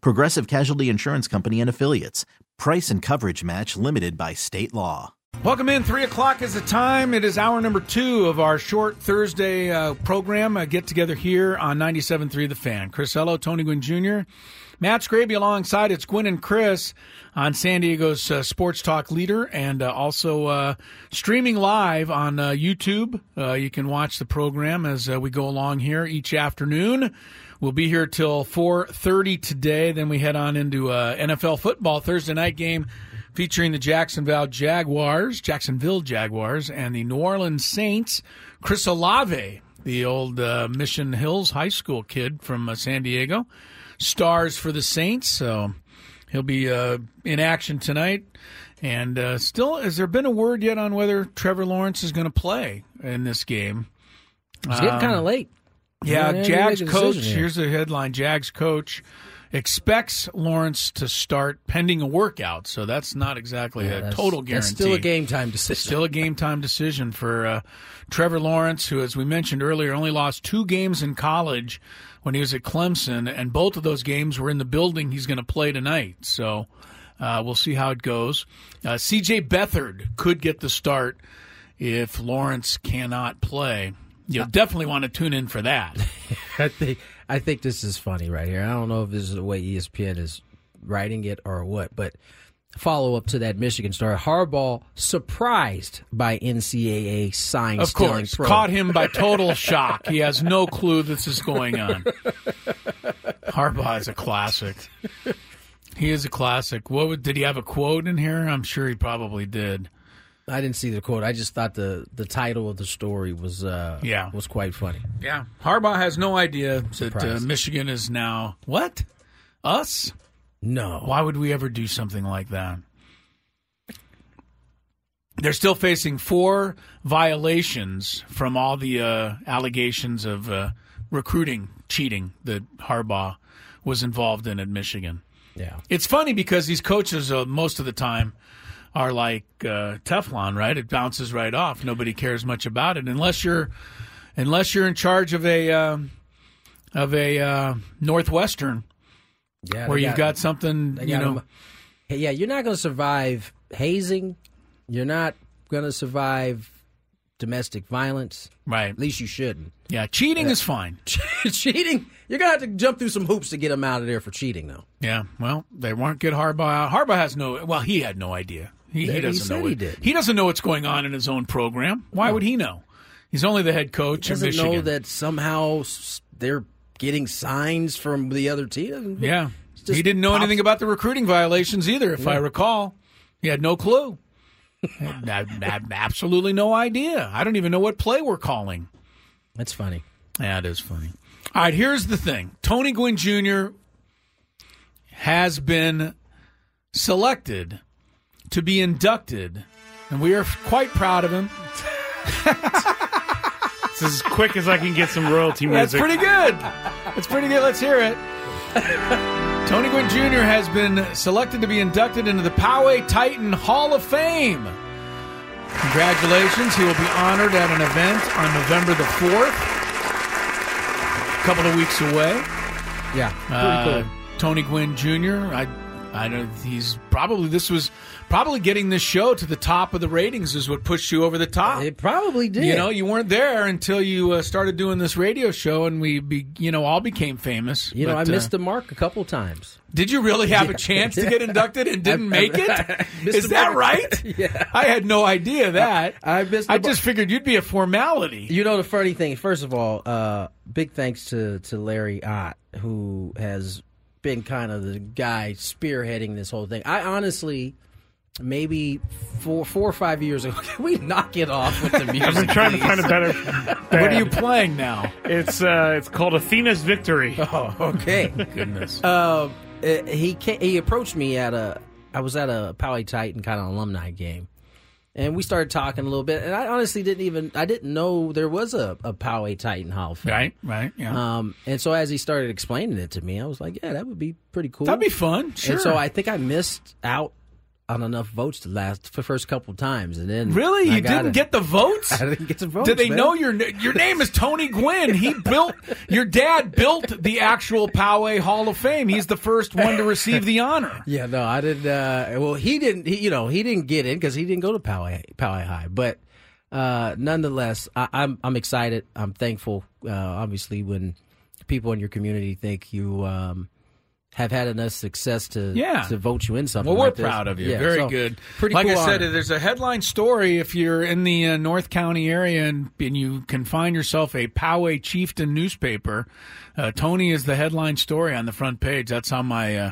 Progressive Casualty Insurance Company and Affiliates. Price and coverage match limited by state law. Welcome in. Three o'clock is the time. It is hour number two of our short Thursday uh, program. A get together here on 97.3 The Fan. Chris Ello, Tony Gwynn Jr., Matt Scraby alongside. It's Gwynn and Chris on San Diego's uh, Sports Talk Leader and uh, also uh, streaming live on uh, YouTube. Uh, you can watch the program as uh, we go along here each afternoon. We'll be here till 4.30 today. Then we head on into uh, NFL football Thursday night game featuring the Jacksonville Jaguars, Jacksonville Jaguars, and the New Orleans Saints. Chris Olave, the old uh, Mission Hills High School kid from uh, San Diego, stars for the Saints. So he'll be uh, in action tonight. And uh, still, has there been a word yet on whether Trevor Lawrence is going to play in this game? It's getting kind of Um, late. Yeah, Yeah, you Jags make a coach. decision here. Here's the headline: Jags coach expects Lawrence to start pending a workout. So that's not exactly a That's- total guarantee. That's still a game time decision. Still a game time decision for uh, Trevor Lawrence, who, as we mentioned earlier, only lost two games in college when he was at Clemson, and both of those games were in the building he's going to play tonight. So uh, we'll see how it goes. Uh, C.J. Beathard could get the start if Lawrence cannot play. You'll definitely want to tune in for that. I think I think this is funny right here. I don't know if this is the way E ESPN is writing it or what, but follow up to that Michigan story. Harbaugh surprised by NCAA sign Of stealing course, probe. caught him by total shock. He has no clue this is going on. Harbaugh is a classic. He is a classic. What would, did he have a quote in here? I'm sure he probably did. I didn't see the quote. I just thought the the title of the story was uh Yeah. was quite funny. Yeah, Harbaugh has no idea that uh, Surprised. Michigan is now what us. No. Why would we ever do something like that? They're still facing four violations from all the uh, allegations of uh, recruiting cheating that Harbaugh was involved in at Michigan. Yeah. It's funny because these coaches, uh, most of the time, are like uh, Teflon, right? It bounces right off. Nobody cares much about it unless you're unless you're in charge of a um, of a uh, Northwestern Yeah. where they you've got something they you got know. him- Hey, yeah, you're not going to survive hazing. You're not going to survive domestic violence. Right. At least you shouldn't. Yeah, cheating is fine. cheating. You're gonna have to jump through some hoops to get him out of there for cheating, though. Yeah, well, they weren't good. Harbaugh. Harbaugh has no. Well, he had no idea. He, he He doesn't said know. he what- did. He doesn't know what's going on in his own program. Why would he know? He's only the head coach of Doesn't Michigan. know that somehow s- they're getting signs from the other team. yeah, just he didn't know pops- anything about the recruiting violations either. If I recall, he had no clue. I, I- absolutely no idea. I don't even know what play we're calling. That's funny. That is funny. All right, here's the thing. Tony Gwynn Jr. has been selected to be inducted, and we are quite proud of him. It's as quick as I can get some royalty That's music. pretty good. That's pretty good. Let's hear it. Tony Gwynn Jr. has been selected to be inducted into the Poway Titan Hall of Fame. Congratulations. He will be honored at an event on November the 4th, a couple of weeks away. Yeah, Uh, Tony Gwynn Jr. I I don't. He's probably this was probably getting this show to the top of the ratings is what pushed you over the top. It probably did. You know, you weren't there until you uh, started doing this radio show, and we, be, you know, all became famous. You know, But, I missed uh, the mark a couple times. Did you really have a chance to get inducted and didn't I- I- make it? Is I missed the that mark. right? yeah. I had no idea that. I missed the I mark. just figured you'd be a formality. You know the funny thing. First of all, uh, big thanks to to Larry Ott who has been kind of the guy spearheading this whole thing. I honestly. Maybe four, four or five years ago, can we knock it off with the music? I've been trying to please? find a better. what band. are you playing now? It's uh, it's called Athena's Victory. Oh, okay. Goodness. Um, uh, he ca he approached me at a I was at a Poway Titan kind of alumni game, and we started talking a little bit. And I honestly didn't even I didn't know there was a a Poway Titan Hall of Fame. right. Right. Yeah. Um, and so as he started explaining it to me, I was like, "Yeah, that would be pretty cool." That'd be fun. Sure. And so I think I missed out on enough votes the last the first couple times, and then really, I you got didn't it. get the votes. I didn't get the votes. Did they man. know your your name is Tony Gwynn? He built your dad built the actual Poway Hall of Fame. He's the first one to receive the honor. Yeah, no, I didn't. Uh, well, he didn't. He, you know, he didn't get in because he didn't go to Poway, Poway High. But uh, nonetheless, I, I'm I'm excited. I'm thankful. Uh, obviously, when people in your community think you um, have had enough success to Yeah. to vote you in something. Well, we're like this. proud of you. Yeah, Very so, good. Pretty like cool I said, honor. there's a headline story if you're in the uh, North County area and, and you can find yourself a Poway Chieftain newspaper. Uh, Tony is the headline story on the front page. That's how my uh,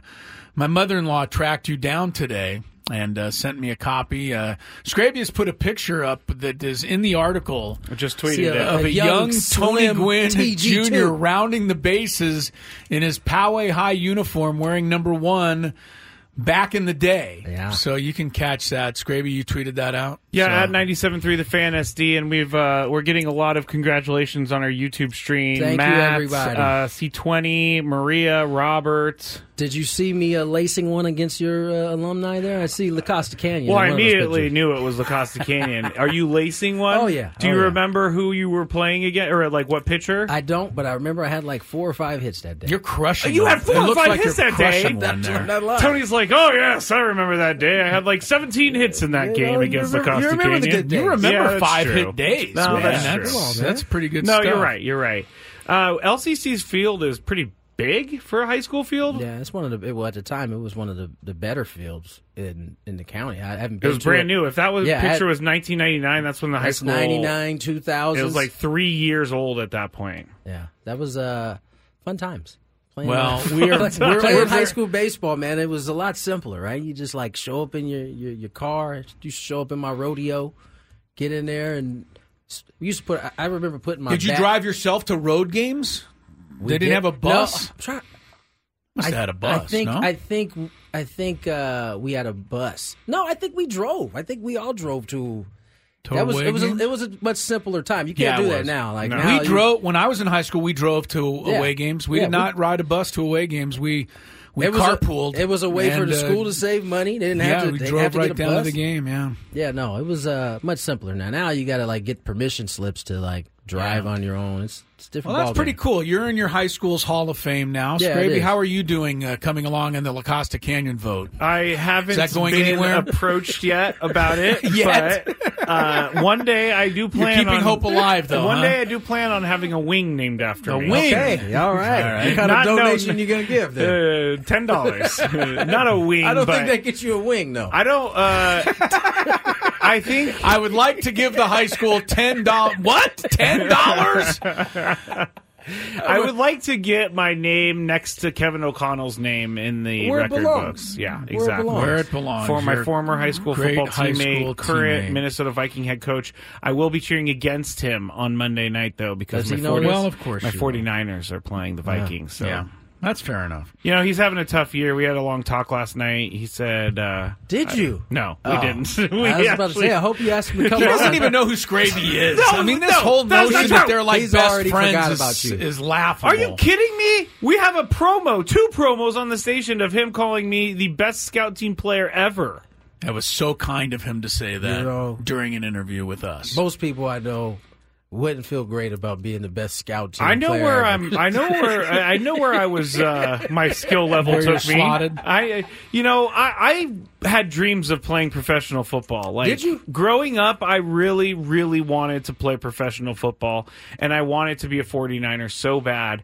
my mother-in-law tracked you down today. And uh, sent me a copy. Uh, Scrabius put a picture up that is in the article I just tweeted See, it. uh, of a, A young, young, Tony slim Gwynn TG2. Jr. rounding the bases in his Poway High uniform, wearing number one back in the day. Yeah. So you can catch that. Scraby, you tweeted that out. yeah, So- at 97.3 the Fan SD, and we've uh, we're getting a lot of congratulations on our YouTube stream. Thank you, Matt, everybody. Uh, C20, Maria, Robert. Did you see me uh, lacing one against your uh, alumni there? I see Lacosta Canyon. Well, in I one of those immediately pictures. knew it was Lacosta Canyon. Are you lacing one? Oh, yeah. Do Oh, you yeah. remember who you were playing again, or like what pitcher? I don't, but I remember I had like four or five hits that day. You're crushing. You one. had four It or looks five like hits you're that day. crushing one That's there. not lying. Tony's like, oh yes, I remember that day. I had like 17 hits in that game you against remember- Lacosta you remember the Canyon. good You days. remember Yeah, that's five true. hit days? No, man. that's that's, true. that's, pretty good. No, stuff. you're right. You're right. Uh, LCC's field is pretty big for a high school field. Yeah, it's one of the. Well, at the time, it was one of the, the better fields in in the county. I haven't. It Been was to brand new. If that was Yeah, picture I- was 1999, that's when the high That's school ninety nine, two thousand. It was like three years old at that point. yeah, that was uh fun times. Playing uh, Well, we are- playing we're- we're- high school baseball, man. It was a lot simpler, right? You just like show up in your your, your car. You show up in my rodeo, get in there, and s- we used to put. I, I remember putting my. Did you bat- drive yourself to road games? We they didn't did- have a bus? No, I'm trying- Must have had a I bus. think no? I think I think uh, we had a bus. No, I think we drove. I think we all drove to. To that was away it was a, games? it was a much simpler time. You can't Yeah, it do that was. now. Like No. now we you- drove when I was in high school. We drove to Yeah. away games. We Yeah, did we- not ride a bus to away games. We we It was a- carpooled. it was a way for and, the uh, school to save money. They didn't yeah, have to. we they drove have to right get a down bus. to the game. Yeah, Yeah, no, it was uh, much simpler now. Now you got to like get permission slips to like drive on your own. It's, it's a different. well, that's ballgame. pretty cool. You're in your high school's Hall of Fame now. Yeah, it Scraby, is. how are you doing uh, coming along in the Lacosta Canyon vote? I haven't Is that going been anywhere? approached yet about it. Yet? But, uh, one day I do plan. keeping on- hope alive, though, One huh? day I do plan on having a wing named after A me. wing? Hey, all right. All right. What kind Not of donation no- you gonna give? Then? Uh, Ten dollars. Not a wing. I don't but think that gets you a wing though. I don't. Uh, I think I would like to give the high school ten dollars. What? Ten dollars? I would like to get my name next to Kevin O'Connell's name in the Where it record belongs. books. Yeah, Where it exactly. belongs. Where it belongs. For my Your former high school great football high teammate, school current teammate. Minnesota Viking head coach. I will be cheering against him on Monday night though because Does my he know 40 Well, of course my you will. 49ers are playing the Vikings. So Yeah, that's fair enough. you know, he's having a tough year. We had a long talk last night. He said uh Did you? no, we Oh. didn't. we I was about to actually- say. I hope you asked him to come. He on. doesn't even know who Scraby is. No, I mean, this no, whole that's not notion that true. they're like He's best already forgot friends is, about you. is laughable. Are you kidding me? We have a promo, two promos on the station of him calling me the best scout team player ever. That was so kind of him to say that You know. during an interview with us. most people I know wouldn't feel great about being the best scout team. I know player where ever. I'm. I know where. I I know where I was. Uh, my skill level Where you're took me. slotted. I. uh, You know, I, I had dreams of playing professional football. Like, Did you? Growing up, I really, really wanted to play professional football, and I wanted to be a 49er so bad.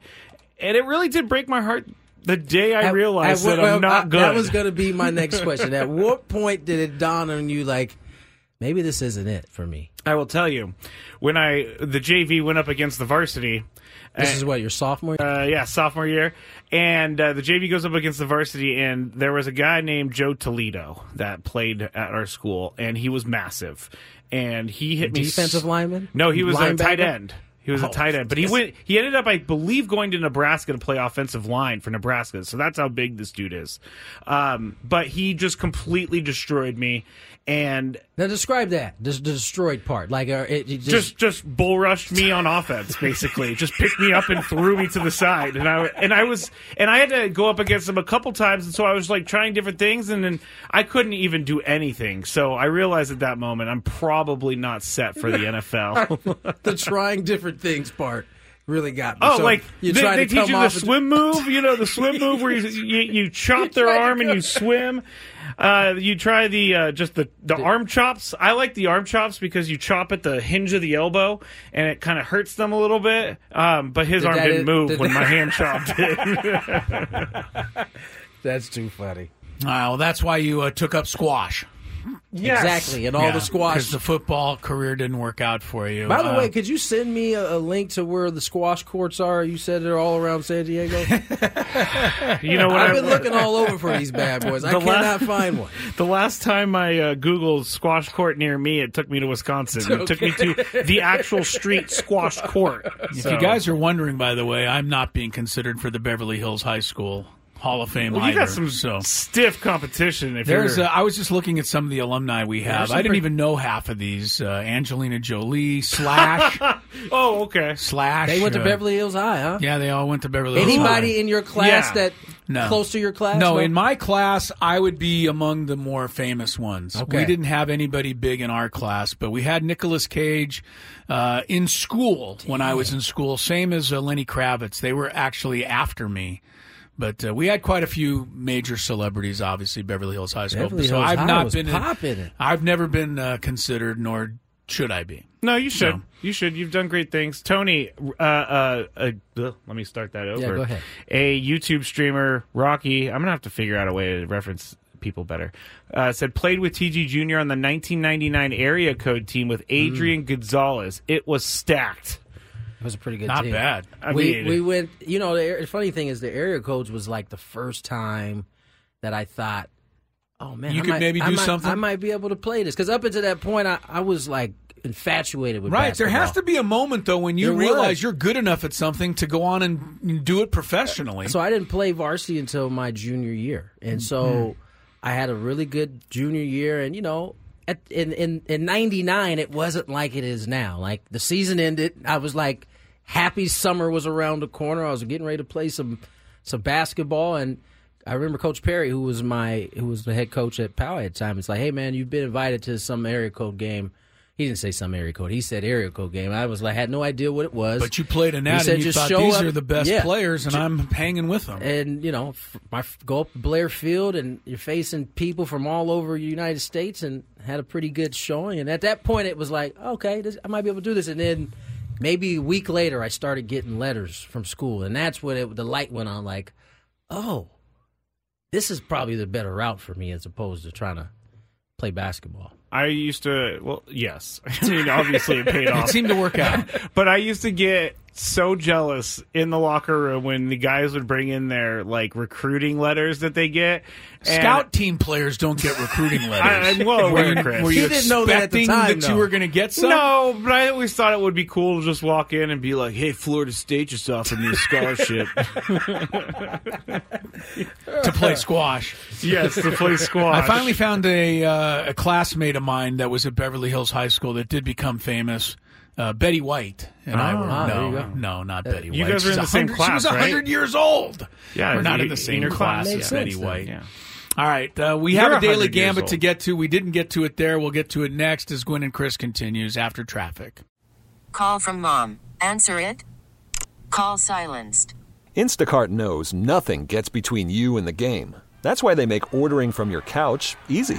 And it really did break my heart the day I At- realized at what- that I'm well, not I- good. That was going to be my next question. At what point did it dawn on you, like, maybe this isn't it for me? I will tell you, when I the JV went up against the varsity, This is what your sophomore. year? Eh, uh, yeah, sophomore year, and uh, the JV goes up against the varsity, and there was a guy named Joe Toledo that played at our school, and he was massive, and he hit me Defensive lineman? No, he was a tight Linebacker? end. He was a Oh, tight end, but he yes. went. He ended up, I believe, going to Nebraska to play offensive line for Nebraska. So that's how big this dude is. Um, but he just completely destroyed me, and Now describe that. Just the destroyed part. Like, uh, it, it just, just just bull rushed me on offense basically just picked me up and threw me to the side and i and i was and i had to go up against him a couple times and so i was like trying different things and then i couldn't even do anything so i realized at that moment i'm probably not set for the nfl the trying different things part really got me. oh So like they, you try they to teach come you the off and- swim move you know the swim move where you you, you chop their arm and you swim uh, you try the uh, just the, the arm chops. I like the arm chops because you chop at the hinge of the elbow and it kind of hurts them a little bit. Um, but his Did arm that- didn't move did when that- my hand chopped it. That's too funny. Oh, well, that's why you uh, took up squash. Exactly. And all the Because squash. the football career didn't work out for you. By the Uh, way, could you send me a, a link to where the squash courts are? You said they're all around San Diego. You know what? I've been I- looking all over for these bad boys. I The la- cannot find one. The last time I uh, Googled squash court near me, it took me to Wisconsin. It took me to the actual street squash court. if you guys are wondering, by the way, I'm not being considered for the Beverly Hills High School Hall of Fame Well, you either. got some so. stiff competition. If There's, you're, uh, I was just looking at some of the alumni we have. There's I some didn't pre- even know half of these. Uh, Angelina Jolie, Slash, oh okay. Slash. They went to uh, Beverly Hills High, huh? Yeah, they all went to Beverly Hills. Anybody in your class Yeah. that No. close to your class? No, in my class, I would be among the more famous ones. Okay. We didn't have anybody big in our class, but we had Nicolas Cage uh, in school when I was in school, same as uh, Lenny Kravitz. They were actually after me. But uh, we had quite a few major celebrities, obviously Beverly Hills High School. Beverly so Hills I've High not was been. poppin'. I've never been uh, considered, nor should I be. No, you should. You should. You've done great things, Tony. Uh, uh, uh, ugh, let me start that over. go ahead. A YouTube streamer, Rocky. I'm gonna have to figure out a way to reference people better. Uh, said played with TG Junior on the 1999 area code team Mm. with Adrian Gonzalez. It was stacked. It was a pretty good Not team. bad. I we mean- we went. You know, the air- funny thing is, the area codes was like the first time that I thought, "Oh man, You I could might- maybe I do might- something? I might be able to play this." Because up until that point, I, I was like infatuated with Right. There has to basketball. be a moment though when you There realize was. you're good enough at something to go on and do it professionally. So I didn't play varsity until my junior year, Mm-hmm. and so I had a really good junior year. And you know, at, in in in '99, it wasn't like it is now. Like the season ended, I was like happy summer was around the corner. I was getting ready to play some some basketball, and I remember Coach Perry, who was my who was the head coach at Powell at the time. It's like, hey man, you've been invited to some area code game. He didn't say some area code. He said area code game. I was like, had no idea what it was. But you played in He that, said, and you "Just thought show these up." are the best Yeah. players, and I'm hanging with them. and you know, f- my f- go up to Blair Field, and you're facing people from all over the United States, and had a pretty good showing. And at that point, it was like, okay, this, I might be able to do this. And then maybe a week later, I started getting letters from school, and that's when it, the light went on. Like, oh, this is probably the better route for me as opposed to trying to play basketball. I used to. Well, yes. I mean, obviously it paid it off. seemed to work out. But I used to get so jealous in the locker room when the guys would bring in their like recruiting letters that they get. And Scout team players don't get recruiting I, letters. I'm well were aware, you, Chris. were you He didn't know that at the expecting time, that you though. were going to get some? no, but I always thought it would be cool to just walk in and be like, "Hey, Florida State just offered me a scholarship." to play squash. yes, to play squash. I finally found a, uh, a classmate of mine that was at Beverly Hills High School that did become famous. Uh, Betty White and I were Ah, there you no, go. no, not Betty White. Uh, you guys were in She's the same 100 She was class, right? hundred years old. Yeah, we're not you- in the same in your class. class, yeah. as Makes Betty sense, White. yeah. All right, uh, we have You're a daily 100 years gambit old. to get to. We didn't get to it there. We'll get to it next as Gwen and Chris continues after traffic. Call from mom. Answer it. Call silenced. Instacart knows nothing gets between you and the game. That's why they make ordering from your couch easy.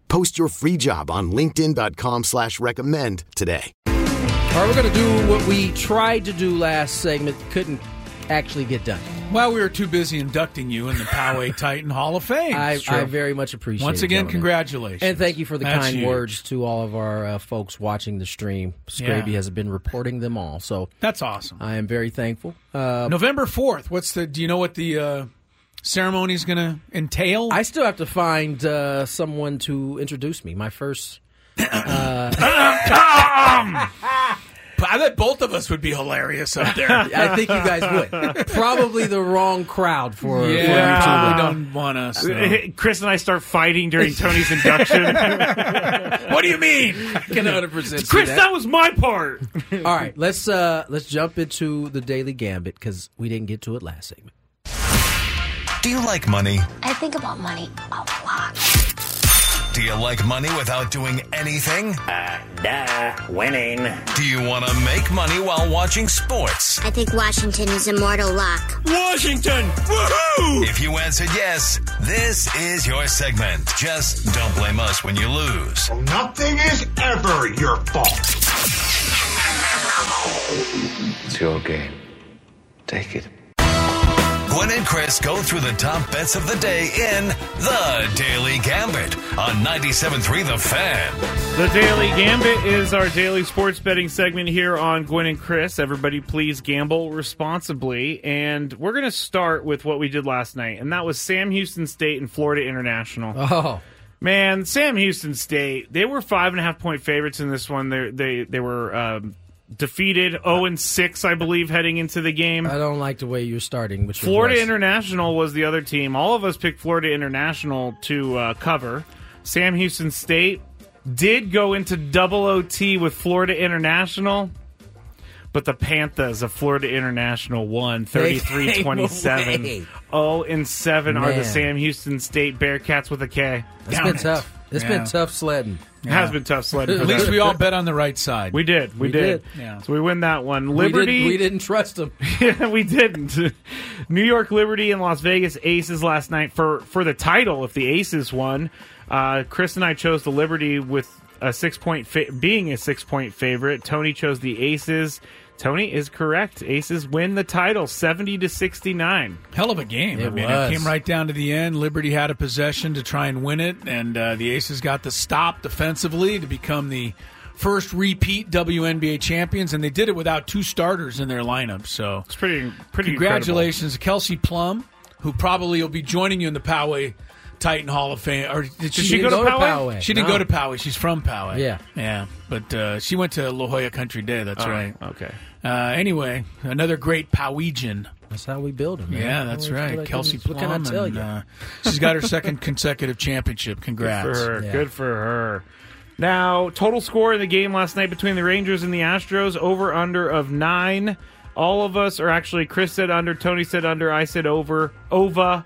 Post your free job on linkedin.com/recommend slash recommend today. All right, we're going to do what we tried to do last segment, couldn't actually get done. Well, we were too busy inducting you in the Poway Titan Hall of Fame. I, I very much appreciate Once it, again, gentlemen. congratulations. And thank you for the That's kind huge. words to all of our uh, folks watching the stream. Scraby Yeah. has been reporting them all, so That's awesome. I am very thankful. Uh, November fourth. What's the? Do you know what the uh, ceremony is going to entail? I still have to find uh, someone to introduce me. My first. I bet both of us would be hilarious up there. I think you guys would. Probably the wrong crowd for. for yeah, YouTube. probably don't want us. though. Chris and I start fighting during Tony's induction. what do you mean? I can 100% see Chris, that. that was my part. All right, let's uh let's jump into the Daily Gambit because we didn't get to it last segment. Do you like money? I think about money a lot. Do you like money without doing anything? Uh, Duh, winning. Do you want to make money while watching sports? I think Washington is a mortal lock. Washington! Woohoo! If you answered yes, this is your segment. Just don't blame us when you lose. Nothing is ever your fault. It's your game. Take it. Gwen and Chris go through the top bets of the day in The Daily Gambit on 97.3 The Fan. The Daily Gambit is our daily sports betting segment here on Gwen and Chris. Everybody, please gamble responsibly. And we're going to start with what we did last night, and that was Sam Houston State and Florida International. Oh, Man, Sam Houston State, they were five and a half point favorites in this one. They they, they were um, defeated 0 and 6, I believe, heading into the game. I don't like the way you're starting. Which Florida was, International was the other team. All of us picked Florida International to uh, cover. Sam Houston State did go into double OT with Florida International, but the Panthers of Florida International won They 33 27. came 0 and 7 are the Man. Sam Houston State Bearcats with a K. It's Down been it. tough. It's Yeah. been tough sledding. It has been tough sledding. for At least them. we all bet on the right side. We did. We, We did. did. Yeah. So we win that one. we, Liberty. didn't, we didn't trust them. Yeah, we didn't. New York Liberty and Las Vegas Aces last night for for the title. If the Aces won, uh, Chris and I chose the Liberty with a six point fa- being a six point favorite. Tony chose the Aces. Tony is correct. Aces win the title, seventy to sixty nine. Hell of a game. I It mean, was. it came right down to the end. Liberty had a possession to try and win it, and uh, the Aces got the stop defensively to become the first repeat WNBA champions, and they did it without two starters in their lineup. So, It's pretty pretty. congratulations, to Kelsey Plum, who probably will be joining you in the Poway Titan Hall of Fame. Or did she, she go? go to Poway? She didn't go No. to Poway. She's from Poway. Yeah. yeah, but uh, she went to La Jolla Country Day. That's right. incredible. Okay. Uh, anyway, another great Powegian. That's how we build them. Man. Yeah, that's What- right. what- Kelsey Plum. What can I tell and, you? uh, she's got her second consecutive championship. Good for Congrats. her. Yeah. Good for her. Now, total score in the game last night between the Rangers and the Astros, over under of nine. All of us, or actually, Chris said under, Tony said under, I said over, Ova,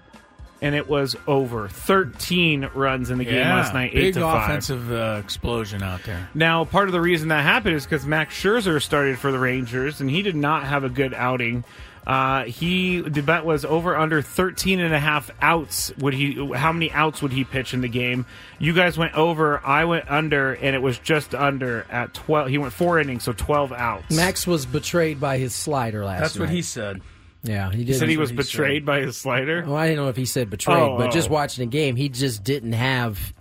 and it was over. Thirteen runs in the game Yeah, last night, Big eight to five. offensive uh, explosion out there. Now, part of the reason that happened is because Max Scherzer started for the Rangers, and he did not have a good outing. Uh, he the bet was over under 13 and a half outs would he how many outs would he pitch in the game you guys went over i went under and it was just under at 12 he went four innings so 12 outs Max was betrayed by his slider last That's what night. he said. Yeah, he he, did. said he was That's what said. betrayed by his slider Well, I didn't know if he said betrayed, Oh, but just oh. watching the game, he just didn't have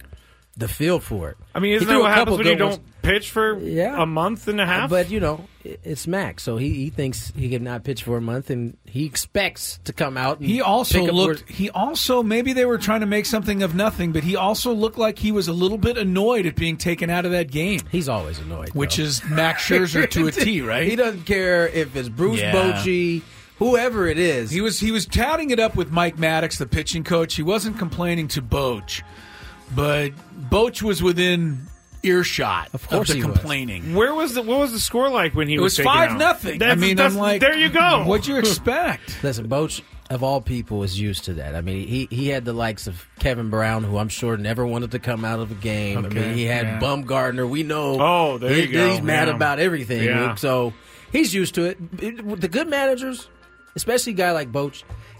the feel for it. i mean He isn't threw that a what couple happens when you good don't ones. pitch for a month and a half But you know, i- it's Max, so he, he thinks he could not pitch for a month, and he expects to come out. And He also pick up where- looked. He also maybe they were trying to make something of nothing, but he also looked like he was a little bit annoyed at being taken out of that game. He's always annoyed, which is Max Scherzer to a T, right? He doesn't care if it's Bruce Yeah. Bochy, whoever it is. He was he was tatting it up with Mike Maddox, the pitching coach. He wasn't complaining to Boch, but Boch was within earshot of, course the he was. complaining. where was the what was the score like when he It was was taken out? five nothing. I That's- mean, that's- I'm like, there you go What'd you expect? Listen, Boch of all people is used to that. I mean, he he had the likes of Kevin Brown, who I'm sure never wanted to come out of a game. I mean, Okay, he had yeah. Bumgardner. We know. Oh, there he- you go. He's mad Yeah. about everything. Yeah. So he's used to it. It- The good managers, especially a guy like Boch,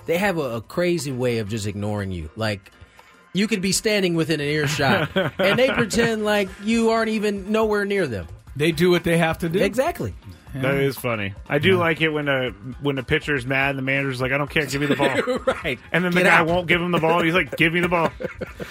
they have a, a crazy way of just ignoring you. Like. You could be standing within an earshot, and they pretend like you aren't even nowhere near them. They do what they have to do. Exactly. That is funny. I do like it when a when a pitcher's mad and the manager's like, "I don't care, give me the ball." right. And then the Get guy out. won't give him the ball. He's like, "Give me the ball."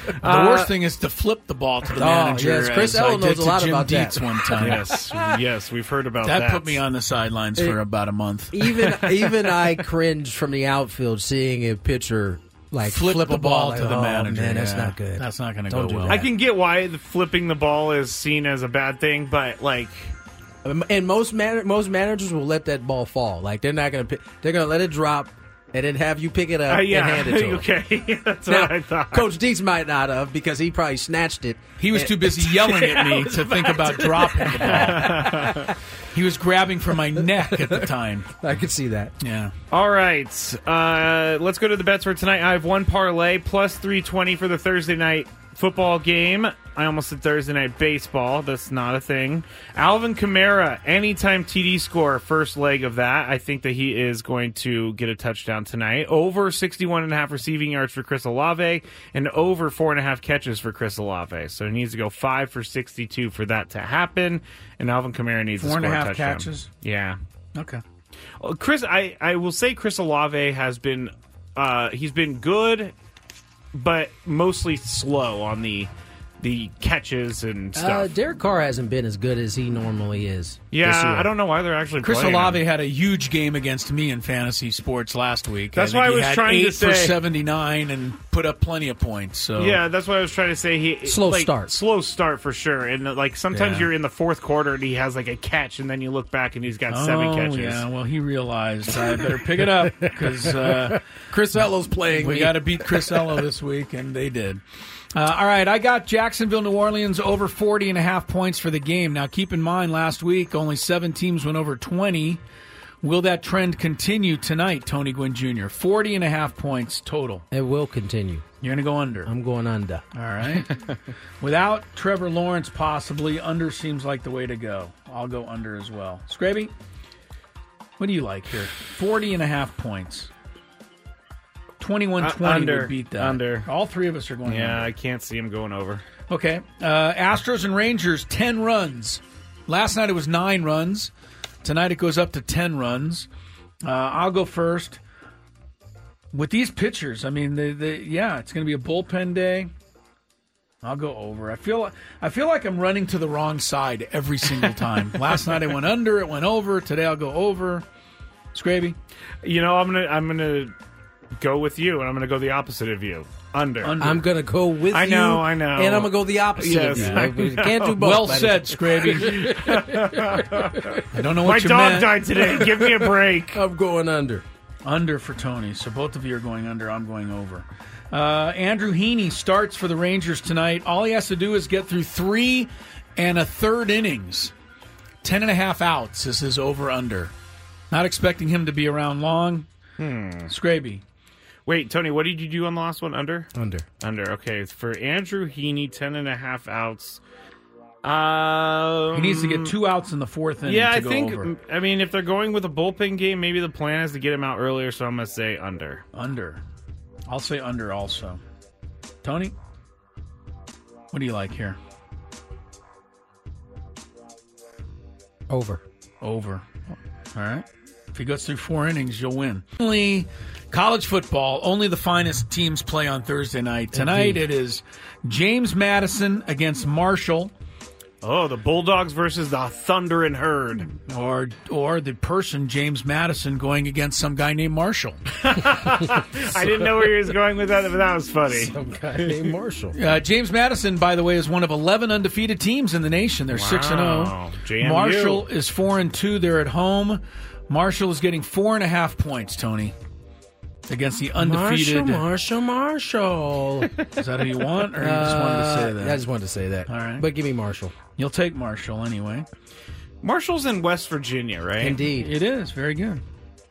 The worst thing is to flip the ball to the Uh, Oh, manager. yes, Chris as I Ellen did knows a to lot Jim about that. Dietz one time. Yes, yes, we've heard about that. that. put me on the sidelines for It- about a month. Even even I cringe from the outfield seeing a pitcher like flip, Flip the a ball, ball like, to the "Oh, manager, Man, that's yeah. not good. That's not gonna Don't go do well." that." I can get why the flipping the ball is seen as a bad thing, but like, Um, and most man- most managers will let that ball fall. Like they're not gonna pick, they're gonna let it drop and then have you pick it up uh, yeah, and hand it to him. okay, that's Now, what I thought. Coach Deeks might not have because he probably snatched it. He was And- too busy yelling at I me was to think about to- dropping the ball. he was grabbing for my neck at the time. I could see that. Yeah. All right, uh, let's go to the bets for tonight. I have one parlay plus three twenty for the Thursday night football game. I almost said Thursday night baseball. That's not a thing. Alvin Kamara, anytime TD score, first leg of that. I think that he is going to get a touchdown tonight. Over 61 and a half receiving yards for Chris Olave and over four and a half catches for Chris Olave. So he needs to go five for 62 for that to happen. And Alvin Kamara needs Four and to score a half touchdown. catches? Yeah. Okay. Oh, Chris, I, I will say Chris Olave has been uh, he's been good, but mostly slow on the the catches and stuff. Uh, Derek Carr hasn't been as good as he normally is. this year. yeah, I don't know why they're actually Chris playing Olave him. had a huge game against me in fantasy sports last week. That's think why I he was had trying to eight for say- seventy nine and put up plenty of points. So Yeah, that's what I was trying to say. He Slow like, start. slow start for sure. And uh, like sometimes Yeah. you're in the fourth quarter and he has like a catch, and then you look back and he's got seven Oh, catches. Yeah, well, he realized I better pick it up because uh, Chris Ello's playing. We me. got to beat Chris Ello this week, and they did. Uh, all right, I got Jacksonville, New Orleans over 40 and a half points for the game. Now, keep in mind, last week only seven teams went over 20. Will that trend continue tonight, Tony Gwynn Jr.? 40 and a half points total. It will continue. You're going to go under. I'm going under. All right. Without Trevor Lawrence, possibly, under seems like the way to go. I'll go under as well. Scraby, what do you like here? 40 and a half points. 21 20 Uh, under, would beat that. under. All three of us are going yeah, under. I can't see him going over. Okay. Uh, Astros and Rangers, 10 runs. Last night it was nine runs. Tonight it goes up to 10 runs. Uh, I'll go first. With these pitchers, I mean, they, they, yeah, it's going to be a bullpen day. I'll go over. I feel I feel like I'm running to the wrong side every single time. Last night I went under, it went over. Today I'll go over. Scraby, You know, I'm gonna I'm gonna go with you, and I'm gonna go the opposite of you. Under. Under. I'm gonna go with I know, you, I know. and I'm gonna go the opposite of Yes, you. I We know. Can't do both. Well buddy. said, Scraby. I don't know what My you dog meant. died today. Give me a break. I'm going under. Under for Tony. So both of you are going under. I'm going over. Uh, Andrew Heaney starts for the Rangers tonight. All he has to do is get through three and a third innings. Ten and a half outs is Hmm. his over under. Not expecting him to be around long. Scraby. Wait, Tony, what did you do on the last one? Under? Under. Under. Okay. It's for Andrew Heaney, 10 and a half outs. Um, He needs to get two outs in the fourth inning. Yeah, to I go think. over. I mean, if they're going with a bullpen game, maybe the plan is to get him out earlier. So I'm gonna say under. Under. I'll say under also. Tony, what do you like here? Over. Over. All right. If he goes through four innings, you'll win. Only college football, only the finest teams play on Thursday night. Tonight Indeed. it is James Madison against Marshall. Oh, the Bulldogs versus the Thunder and Herd. Or or the person James Madison going against some guy named Marshall. I didn't know where he was going with that, but that was funny. Some guy named Marshall. Uh, James Madison, by the way, is one of 11 undefeated teams in the nation. They're 6 and Wow. 0. JMU. Marshall is 4 and 2. They're at home. Marshall is getting four and a half points, Tony, against the undefeated. Marshall, Marshall, Marshall. Uh, Is that who you want, or you just wanted to say that? I just wanted to say that. All right. But give me Marshall. You'll take Marshall anyway. Marshall's in West Virginia, right? Indeed. It is. Very good.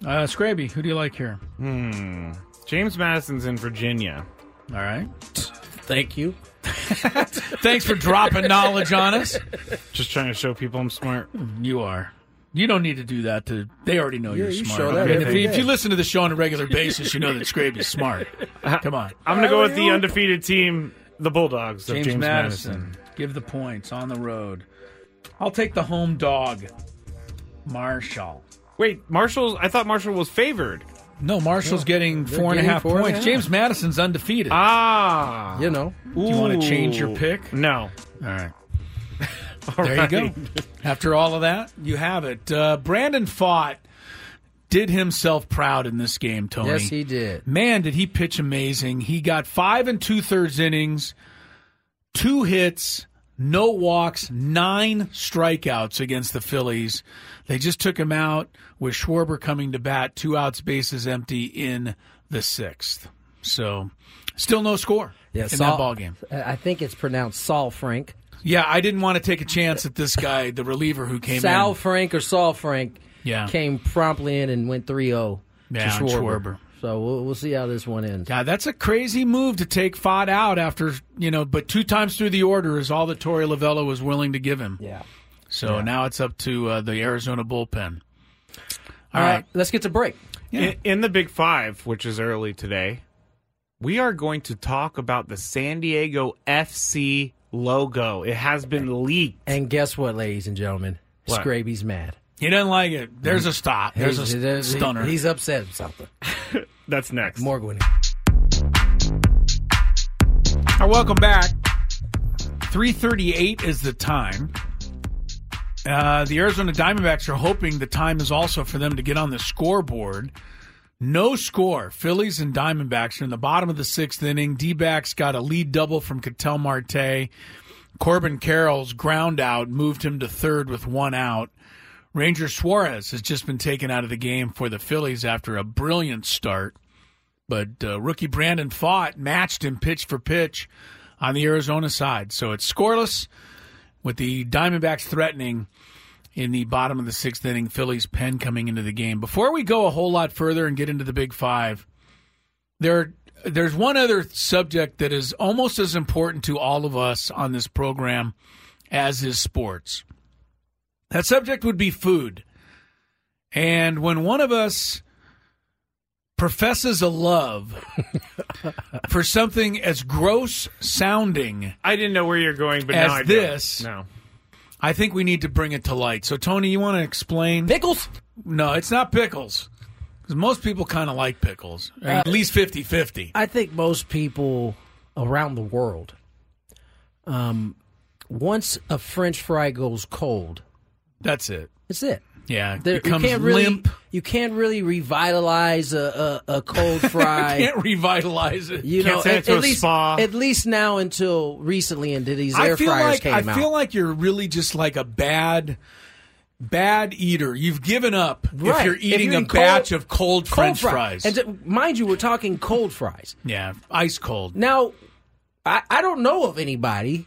Uh, Scraby, who do you like here? Hmm. James Madison's in Virginia. All right. Thank you. Thanks for dropping knowledge on us. Just trying to show people I'm smart. You are. You don't need to do that. To they already know you're you smart. show that I mean, if, every you, if day. you listen to the show on a regular basis, you know that Scraby's smart. Uh, Come on, I'm gonna go with the undefeated team, the Bulldogs. of James, Madison. Give the points on the road. I'll take the home dog, Marshall. Wait, Marshall's. I thought Marshall was favored. No, Marshall's getting They're four and a getting half four and a points. half. James Madison's undefeated. Ah. You know. Do you wanna change your pick? No. All right. All There you right. go. After all of that, you have it. Uh, Brandon Fought did himself proud in this game, Tony. Yes, he did. Man, did he pitch amazing. He got five and two thirds innings, two hits, no walks, nine strikeouts against the Phillies. They just took him out with Schwarber coming to bat, two outs, bases empty in the sixth. So, still no score Yeah, in Sol- that ball game. I think it's pronounced Saul Frank. Yeah, I didn't want to take a chance at this guy, the reliever who came Sal in. Frank or Saul Frank Yeah. came promptly in and went 3 0 Yeah, to on Schwarber. Schwarber. So we'll, we'll see how this one ends. God, that's a crazy move to take Fod out after you know, but two times through the order is all that Torrey Lavello was willing to give him. Yeah. So now it's up to uh, the Arizona bullpen. All right, Uh, let's get to break. In, in the Big Five, which is early today, we are going to talk about the San Diego FC logo. It has been leaked. And guess what, ladies and gentlemen? What? Scraby's mad. He doesn't like it. There's a stop. There's a Mm. He's- st- there's- he- stunner. he's upset at something. That's next. Morgan. All right, welcome back. 338 is the time. Uh, the Arizona Diamondbacks are hoping the time is also for them to get on the scoreboard. No score. Phillies and Diamondbacks are in the bottom of the sixth inning. D-backs got a lead double from Cattell Marte. Corbin Carroll's ground out moved him to third with one out. Ranger Suarez has just been taken out of the game for the Phillies after a brilliant start. But uh, rookie Brandon fought, matched him pitch for pitch on the Arizona side. So it's scoreless with the Diamondbacks threatening in the bottom of the sixth inning. Phillies pen coming into the game. Before we go a whole lot further and get into the Big Five, there there's one other subject that is almost as important to all of us on this program as is sports. That subject would be food. And when one of us professes a love for something as gross sounding, I didn't know where you're going, but As now I this- do. No. I think we need to bring it to light. So, Tony, you want to explain? Pickles? No, it's not pickles. Because most people kind of like pickles, or at least 50 50. Uh, I think most people around the world, um, once a French fry goes cold, That's it. that's it. Yeah, it There- becomes you can't really, limp. You can't really revitalize a, a, a cold fry. Can't revitalize it. you can't know, send it at, to at a least spa. at least now until recently, and these air I feel fryers like came I out. feel like you're really just like a bad, bad eater. You've given up if Right. you're eating a eating cold- batch of cold, cold French fry- fries. And to- mind you, we're talking cold fries. yeah, ice cold. Now, I, I don't know of anybody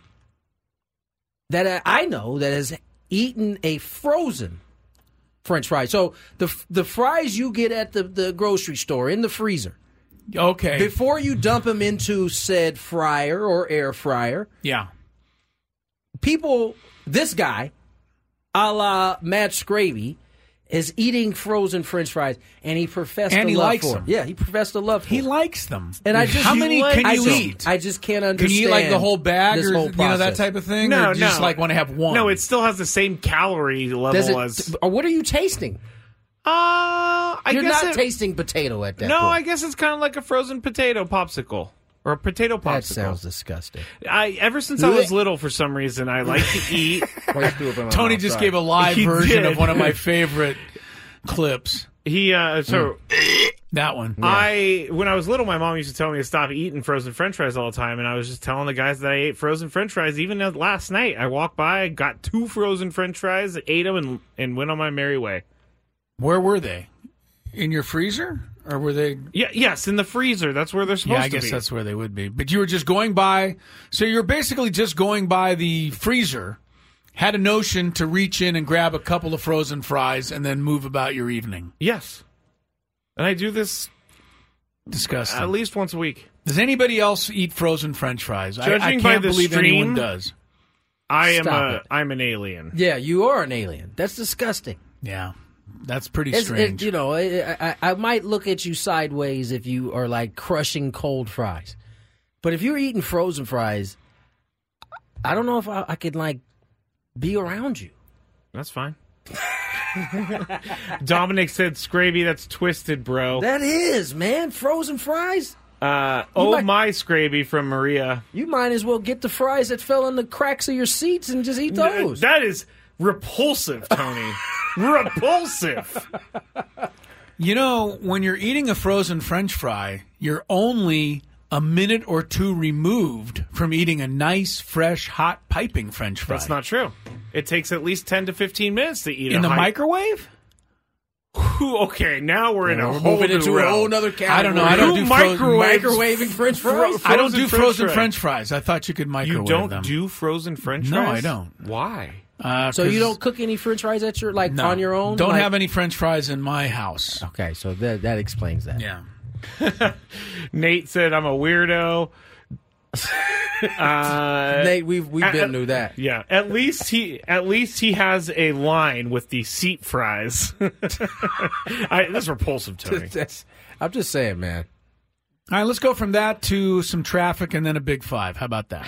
that I I know that has eaten a frozen French fry. So the f- the fries you get at the, the grocery store in the freezer, Okay. Before you dump them into said fryer or air fryer, yeah. people, this guy, a la Matt Scraby, is eating frozen French fries, and he professed And a he love likes for them. Yeah, he professed a love. For He likes them. And I just how many can I you just- eat? I just can't Can understand. you eat like the whole bag this or whole you know that process. type of thing? No, or do you just no. like want to have one? No, it still has the same calorie Does level it- as. or what are you tasting? Uh, I You're guess not it- tasting potato at that No, I point. guess it's kind of like a frozen potato popsicle or a potato popsicle. that sounds disgusting. I ever since I was little, for some reason, I like to eat. Tony just gave a live He version did. of one of my favorite clips. He uh, Hmm. so That one. I when I was little, my mom used to tell me to stop eating frozen French fries all the time, and I was just telling the guys that I ate frozen French fries. Even though last night, I walked by, got two frozen French fries, ate them, and and went on my merry way. Where were they? In your freezer, or were they? Yeah, yes, in the freezer. That's where they're supposed Yeah, I to guess be. that's where they would be. But you were just going by. So you're basically just going by the freezer. Had a notion to reach in and grab a couple of frozen fries and then move about your evening. yes, and I do this Disgusting. at least once a week. Does anybody else eat frozen French fries? I- I, Judging can't by the believe anyone stream- does. I am Stop a it. am an alien. Yeah, you are an alien. That's disgusting. Yeah, that's pretty It's- it- strange. you know, I, I, I might look at you sideways if you are like crushing cold fries, but if you're eating frozen fries, I don't know if I, I could like be around you. That's fine. Dominic said, "Scraby, that's twisted, bro." That is, man, frozen fries. Uh, oh might- my, Scraby from Maria. You might as well get the fries that fell in the cracks of your seats and just eat those. That is repulsive, Tony. repulsive. You know, when you're eating a frozen French fry, you're only a minute or two removed from eating a nice, fresh, hot, piping French fry. That's not true. It takes at least ten to fifteen minutes to eat in a the high- microwave. Whew, okay, now we're in a We're whole moving new into a realm. whole other category. I don't know. I don't Who do frozen- microwaves microwaving French fries. I don't frozen do French frozen fry? French fries. I thought you could microwave You don't them. do frozen French No, fries? I don't. Why? Uh, so you 'cause- don't cook any French fries at your like no. on your own. Don't Like- have any French fries in my house. Okay, so that that explains that. Yeah. Nate said, "I'm a weirdo." uh, Nate, we've we've I- been I- through that. Yeah, at least he at least he has a line with the seat fries. I, that's repulsive, Tony. That's- I'm just saying, man. All right, let's go from that to some traffic and then a big five. How about that?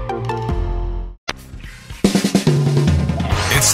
It's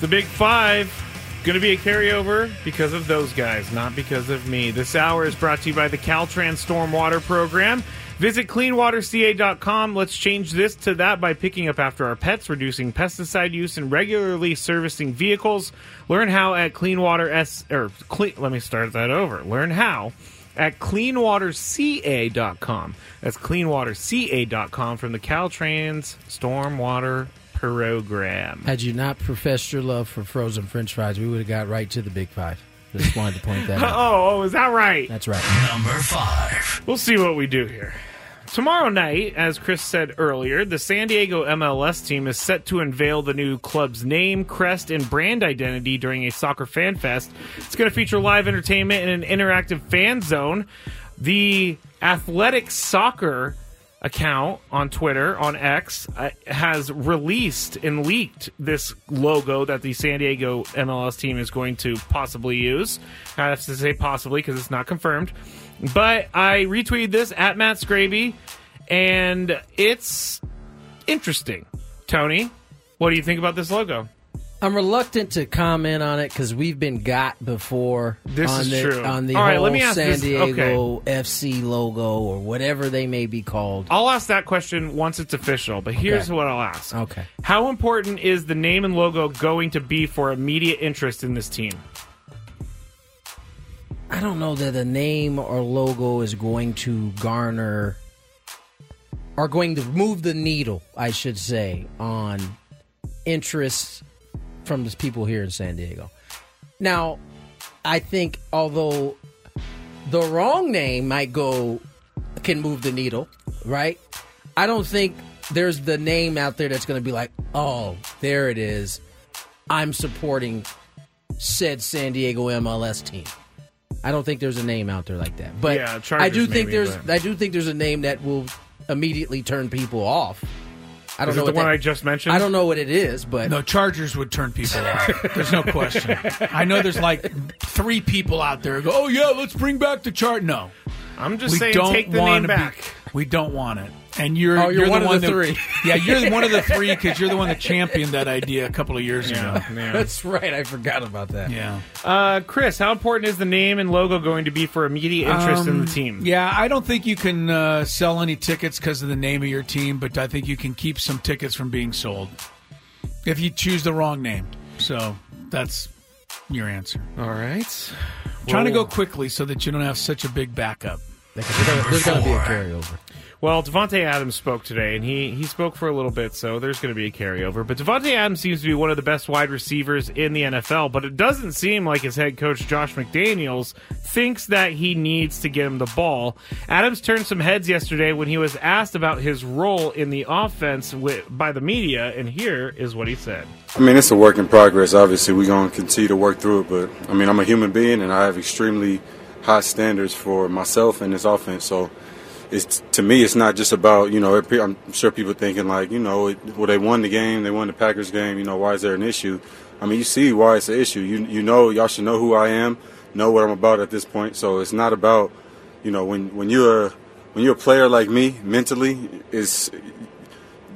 the Big Five. Going to be a carryover because of those guys, not because of me. This hour is brought to you by the Caltrans Stormwater Program. Visit cleanwaterca.com. Let's change this to that by picking up after our pets, reducing pesticide use, and regularly servicing vehicles. Learn how at Cleanwater S or cle let me start that over. Learn how at cleanwaterca.com. That's cleanwaterca.com from the Caltrans Stormwater Program. Had you not professed your love for frozen French fries, we would have got right to the big five. Just wanted to point that out. Oh, oh, is that right? That's right. Number five. We'll see what we do here. Tomorrow night, as Chris said earlier, the San Diego MLS team is set to unveil the new club's name, crest, and brand identity during a soccer fan fest. It's going to feature live entertainment and an interactive fan zone. The Athletic Soccer account on Twitter, on X, uh, has released and leaked this logo that the San Diego MLS team is going to possibly use. I have to say possibly because it's not confirmed. But I retweeted this at Matt Scraby, and it's interesting. Tony, what do you think about this logo? I'm reluctant to comment on it because we've been got before This on is the, true. on the All whole right, let me ask San this- Diego FC logo or whatever they may be called. I'll ask that question once it's official, but here's Okay. what I'll ask. Okay. How important is the name and logo going to be for immediate interest in this team? I don't know that the name or logo is going to garner are going to move the needle, I should say, on interest from the people here in San Diego. Now, I think although the wrong name might go can move the needle, right? I don't think there's the name out there that's going to be like, "Oh, there it is. I'm supporting said San Diego MLS team." I don't think there's a name out there like that. But Yeah, I do Chargers think maybe, there's but- I do think there's a name that will immediately turn people off. I don't Is it know the what one that- I just mentioned? I don't know what it is, but No, Chargers would turn people off. There's no question. I know there's like three people out there who go, oh, yeah, let's bring back the chart. No. I'm just we saying, don't take the wanna name be- back. we don't want it. And you're, Oh, you're one the of one the that- three. Yeah, you're one of the three because you're the one that championed that idea a couple of years ago. that's right. I forgot about that. Yeah. Uh, Chris, how important is the name and logo going to be for immediate interest in Um, the team? Yeah, I don't think you can uh, sell any tickets because of the name of your team, but I think you can keep some tickets from being sold if you choose the wrong name. So that's your answer. All right. Trying to Well- go quickly so that you don't have such a big backup. There's going to be a carryover. Well, Devonte Adams spoke today, and he he spoke for a little bit, so there's going to be a carryover. But Devonte Adams seems to be one of the best wide receivers in the NFL, but it doesn't seem like his head coach Josh McDaniels thinks that he needs to get him the ball. Adams turned some heads yesterday when he was asked about his role in the offense wi by the media, and here is what he said. I mean, it's a work in progress. Obviously, we're going to continue to work through it. But I mean, I'm a human being, and I have extremely high standards for myself and this offense. So, it's to me, it's not just about you know. it- I'm sure people thinking like you know, it, well, they won the game, they won the Packers game. You know, why is there an issue? I mean, you see why it's an issue. You you know, y'all should know who I am, know what I'm about at this point. So it's not about you know when when you're when you're a player like me mentally, it's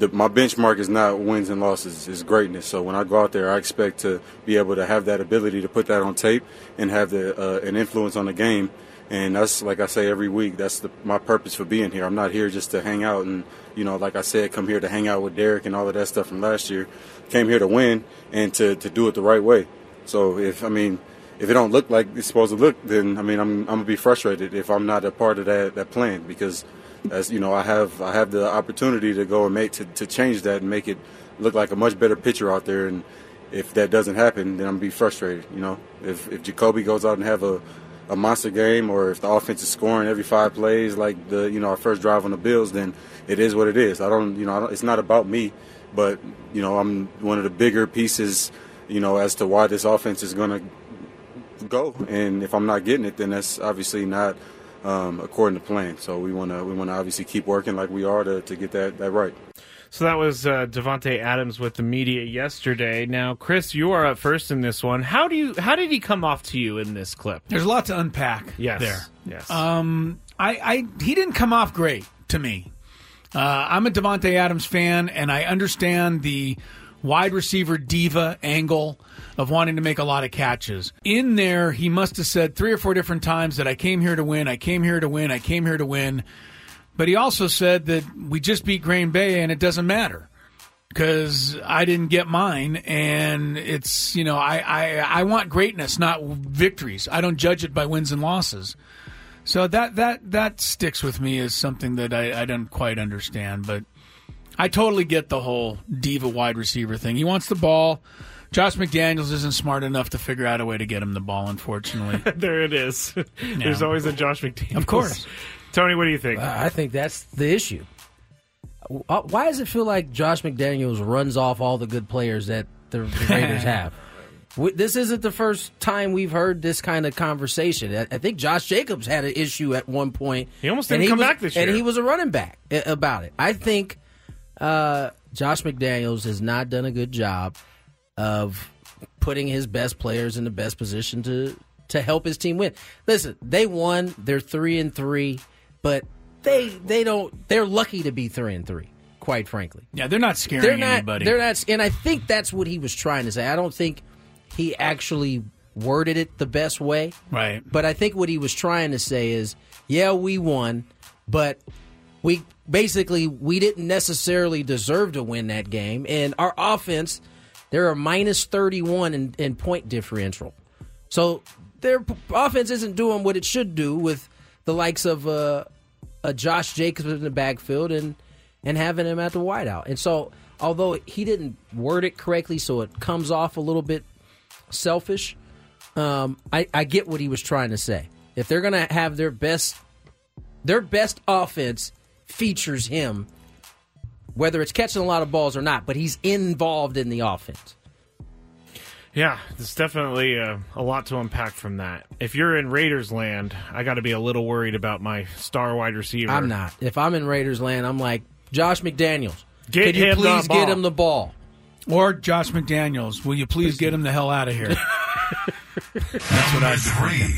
the, my benchmark is not wins and losses, it's greatness. So when I go out there, I expect to be able to have that ability to put that on tape and have the uh, an influence on the game. And that's like I say every week. That's the, my purpose for being here. I'm not here just to hang out and you know, like I said, come here to hang out with Derek and all of that stuff from last year. Came here to win and to, to do it the right way. So if I mean, if it don't look like it's supposed to look, then I mean, I'm I'm gonna be frustrated if I'm not a part of that that plan because as you know, I have I have the opportunity to go and make to, to change that and make it look like a much better picture out there. And if that doesn't happen, then I'm gonna be frustrated. You know, if if Jacoby goes out and have a a monster game, or if the offense is scoring every five plays, like the you know our first drive on the Bills, then it is what it is. I don't you know I don't, it's not about me, but you know I'm one of the bigger pieces, you know, as to why this offense is gonna go. And if I'm not getting it, then that's obviously not um, according to plan. So we want to we want to obviously keep working like we are to, to get that, that right. So that was uh, Devonte Adams with the media yesterday. Now, Chris, you are up first in this one. How do you? How did he come off to you in this clip? There's a lot to unpack Yes. there. Yes. Uh, Um, I, I he didn't come off great to me. Uh, I'm a Devonte Adams fan, and I understand the wide receiver diva angle of wanting to make a lot of catches. In there, he must have said three or four different times that I came here to win, I came here to win, I came here to win. But he also said that we just beat Green Bay, and it doesn't matter because I didn't get mine, and it's you know I, I I want greatness, not victories. I don't judge it by wins and losses. So that that that sticks with me as something that I, I don't quite understand, but I totally get the whole diva wide receiver thing. He wants the ball. Josh McDaniels isn't smart enough to figure out a way to get him the ball, unfortunately. there it is. There's always a Josh McDaniels. Of course. Tony, what do you think? Uh, I think that's the issue. Uh, Why does it feel like Josh McDaniels runs off all the good players that the Raiders have? We- This isn't the first time we've heard this kind of conversation. I I think Josh Jacobs had an issue at one point. He almost and didn't come was- back this And year. he was a running back uh, about it. I think uh, Josh McDaniels has not done a good job of putting his best players in the best position to to help his team win. Listen, they won. They're three and three, but they they don't. They're lucky to be three and three. Quite frankly, Yeah, they're not scaring they're not. anybody. They're not. And I think that's what he was trying to say. I don't think he actually worded it the best way. Right. But I think what he was trying to say is, yeah, we won, but we basically we didn't necessarily deserve to win that game, and our offense, they're a minus thirty one in, in point differential, so their p- offense isn't doing what it should do with the likes of uh, a Josh Jacobs in the backfield and and having him at the wideout, and so although he didn't word it correctly, so it comes off a little bit selfish. Um, I, I get what he was trying to say. If they're gonna have their best, their best offense features him, whether it's catching a lot of balls or not, but he's involved in the offense. Yeah, there's definitely uh, a lot to unpack from that. If you're in Raiders land, I got to be a little worried about my star wide receiver. I'm not. If I'm in Raiders land, I'm like Josh McDaniels. Get could you him the please get ball." him the ball? Or Josh McDaniels, will you please get him the hell out of here? That's what I three.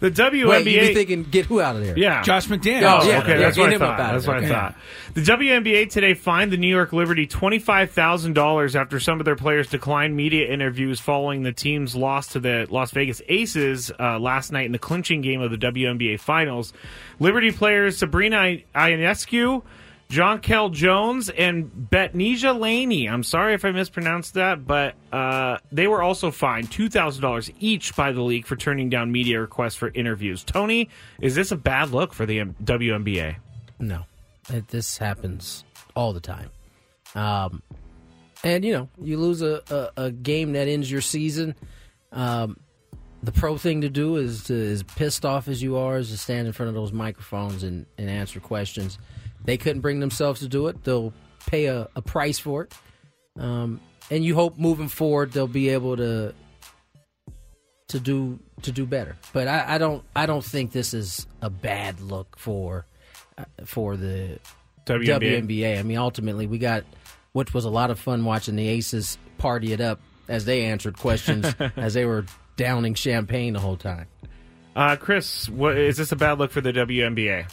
The WNBA. Wait, you be thinking get who out of there? Yeah, Josh McDaniels. Oh, yeah, okay, yeah, that's get what I him up thought. out of That's what I there. thought. The WNBA today fined the New York Liberty twenty five thousand dollars after some of their players declined media interviews following the team's loss to the Las Vegas Aces uh, last night in the clinching game of the WNBA Finals. Liberty players Sabrina I- Ionescu. John Kell Jones and Betnesia Laney. I'm sorry if I mispronounced that, but uh, they were also fined two thousand dollars each by the league for turning down media requests for interviews. Tony, is this a bad look for the M- WNBA? No, It- this happens all the time. Um, and you know, you lose a, a, a game that ends your season. Um, the pro thing to do is to as pissed off as you are is to stand in front of those microphones and, and answer questions. They couldn't bring themselves to do it. They'll pay a, a price for it. Um, and you hope moving forward they'll be able to to do to do better. But I, I don't I don't think this is a bad look for uh, for the WNBA. WNBA. I mean, ultimately we got which was a lot of fun watching the Aces party it up as they answered questions as they were downing champagne the whole time. Uh, Chris, what, is this a bad look for the WNBA?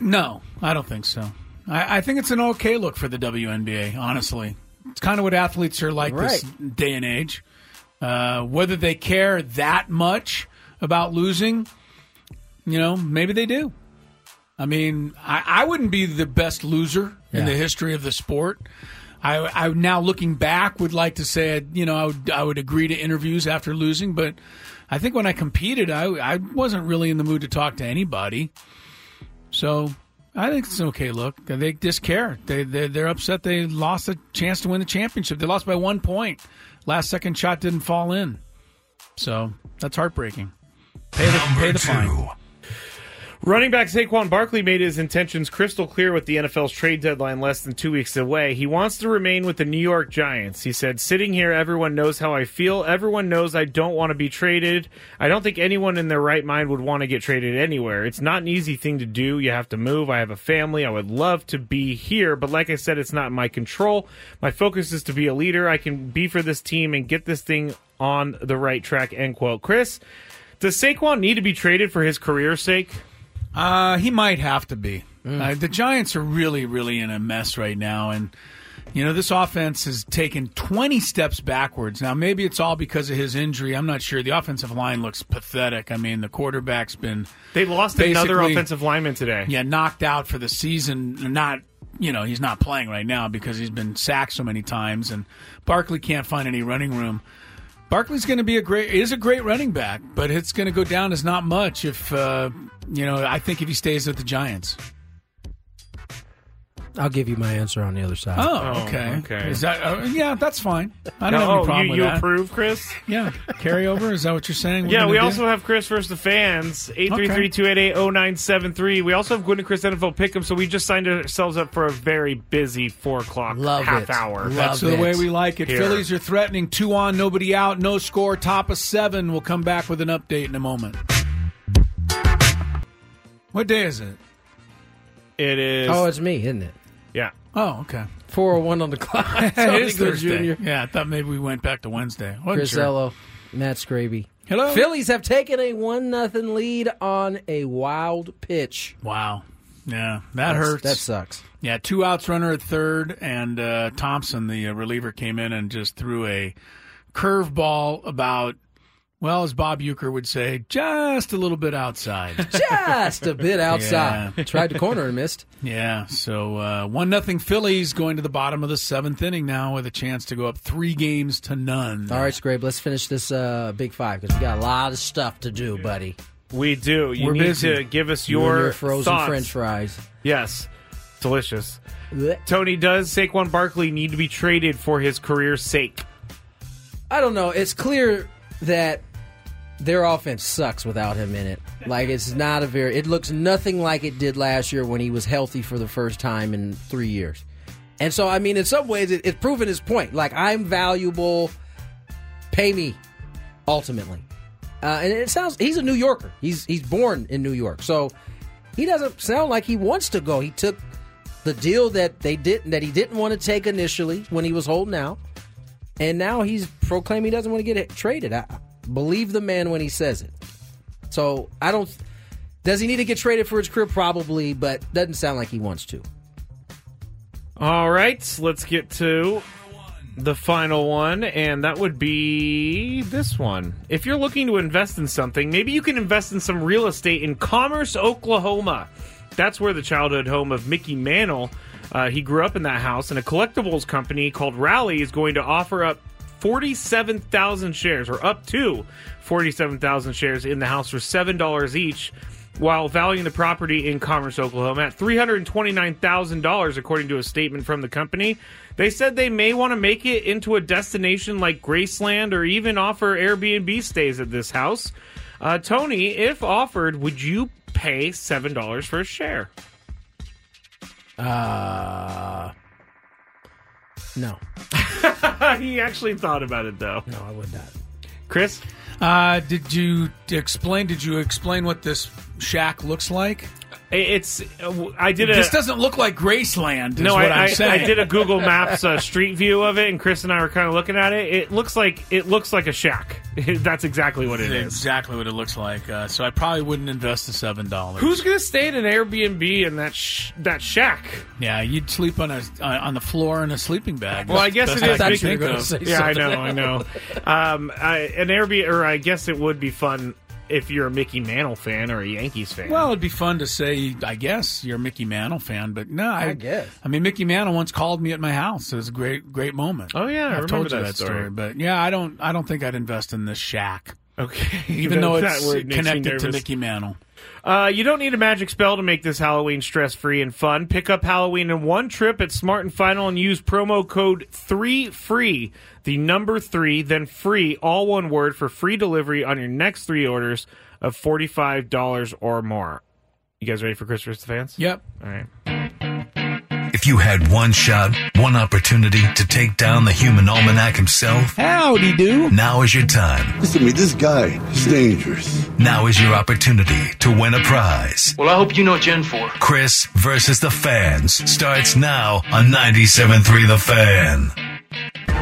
No, I don't think so. I, I think it's an okay look for the WNBA, honestly. It's kind of what athletes are like this day and age. Uh, whether they care that much about losing, you know, maybe they do. I mean, I, I wouldn't be the best loser in Yeah. the history of the sport. I, I now looking back would like to say you know I would I would agree to interviews after losing, but I think when I competed, I I wasn't really in the mood to talk to anybody. So I think it's an okay look. They just care. They they're, they're upset they lost a chance to win the championship. They lost by one point. Last second shot didn't fall in. So that's heartbreaking. Pay the, pay the fine. Running back Saquon Barkley made his intentions crystal clear with the NFL's trade deadline less than two weeks away. He wants to remain with the New York Giants. He said, Sitting here, everyone knows how I feel. Everyone knows I don't want to be traded. I don't think anyone in their right mind would want to get traded anywhere. It's not an easy thing to do. You have to move. I have a family. I would love to be here, but like I said, it's not in my control. My focus is to be a leader. I can be for this team and get this thing on the right track. End quote. Chris, does Saquon need to be traded for his career's sake? Uh, he might have to be. Uh, the Giants are really, really in a mess right now, and you know this offense has taken 20 steps backwards. Now, maybe it's all because of his injury. I'm not sure. The offensive line looks pathetic. I mean, the quarterback's been They lost another basically- offensive lineman today. Yeah, knocked out for the season. Not, you know, he's not playing right now because he's been sacked so many times, and Barkley can't find any running room. Barkley's going to be a great is a great running back, but it's going to go down as not much if uh, you know. I think if he stays with the Giants. I'll give you my answer on the other side. Oh, okay. Is that? Uh, yeah, that's fine. I don't No, have any oh, problem you, with you that. approve, Chris? Yeah, carryover. Is that what you're saying? we're yeah, gonna we do? also have Chris versus the fans. 833-288-0973. We also have Gwyn and Chris NFL Pick'em, so we just signed ourselves up for a very busy four o'clock Love half it. hour. That's the way we like it. Here. Phillies are threatening two on, nobody out, no score, top of seven. We'll come back with an update in a moment. What day is it? It is. Oh, it's me, isn't it? Yeah. Oh, okay. 401 on the clock. it is Tony Gwynn Thursday. Jr. Yeah, I thought maybe we went back to Wednesday. Wasn't Chris sure. Ello, Matt Scraby. Hello. Phillies have taken a one nothing lead on a wild pitch. Wow. Yeah, that That's- hurts. That sucks. Yeah, two outs, runner at third, and uh, Thompson, the uh, reliever, came in and just threw a curveball about, well, as Bob Euchre would say, just a little bit outside. Just a bit outside. Yeah. Tried to corner and missed. Yeah, so uh, one nothing Phillies going to the bottom of the seventh inning now with a chance to go up three games to none. All right, Scrape, let's finish this uh, big five because we got a lot of stuff to do, buddy. We do. You We're need busy. to give us You your, and your frozen thoughts. French fries. Yes, delicious. Blech. Tony, does Saquon Barkley need to be traded for his career's sake? I don't know. It's clear that their offense sucks without him in it. Like it's not a very. It looks nothing like it did last year when he was healthy for the first time in three years. And so, I mean, in some ways, it, it's proven his point. Like I'm valuable. Pay me, ultimately. Uh, and it sounds he's a New Yorker. He's he's born in New York, so he doesn't sound like he wants to go. He took the deal that they didn't that he didn't want to take initially when he was holding out, and now he's proclaiming he doesn't want to get it traded. I believe the man when he says it. So I don't. Does he need to get traded for his career? Probably, but doesn't sound like he wants to. All right, let's get to the final one, and that would be this one. If you're looking to invest in something, maybe you can invest in some real estate in Commerce, Oklahoma. That's where the childhood home of Mickey Mantle. Uh, he grew up in that house, and a collectibles company called Rally is going to offer up 47,000 shares, or up to 47,000 shares in the house for $7 each while valuing the property in Commerce, Oklahoma at $329,000, according to a statement from the company. They said they may want to make it into a destination like Graceland or even offer Airbnb stays at this house. Uh, Tony, if offered, would you pay $7 for a share? Uh, no. he actually thought about it, though. No, I would not. Chris? Uh, did you explain? Did you explain what this shack looks like? It's. I did a. This doesn't look like Graceland. Is No, what I, am I, I saying. did a Google Maps uh, street view of it, and Chris and I were kind of looking at it. It looks like it looks like a shack. That's exactly what it That's is. Exactly what it looks like. Uh, so I probably wouldn't invest the seven dollars. Who's gonna stay in an Airbnb in that sh- that shack? Yeah, you'd sleep on a uh, on the floor in a sleeping bag. Well, I guess it That's is. the big best I enough. can think of. yeah, I know, I know. Um, I, an Airbnb, or I guess it would be fun if you're a Mickey Mantle fan or a Yankees fan. Well, it'd be fun to say, I guess you're a Mickey Mantle fan, but no, I, I guess. I mean, Mickey Mantle once called me at my house. It was a great, great moment. Oh yeah, I I've remember told you that that story. story. But yeah, I don't, I don't think I'd invest in this shack. Okay, even though That- it's that word makes me connected to nervous. Mickey Mantle. Uh, you don't need a magic spell to make this Halloween stress free and fun. Pick up Halloween in one trip at Smart and Final and use promo code 3FREE, the number three, then free, all one word, for free delivery on your next three orders of $45 or more. You guys ready for Christmas the fans? Yep. All right. If you had one shot, one opportunity to take down the human almanac himself, howdy do. Now is your time. Listen to me, this guy is dangerous. Now is your opportunity to win a prize. Well, I hope you know what you're in for. Chris versus the fans starts now on 97.3 The Fan.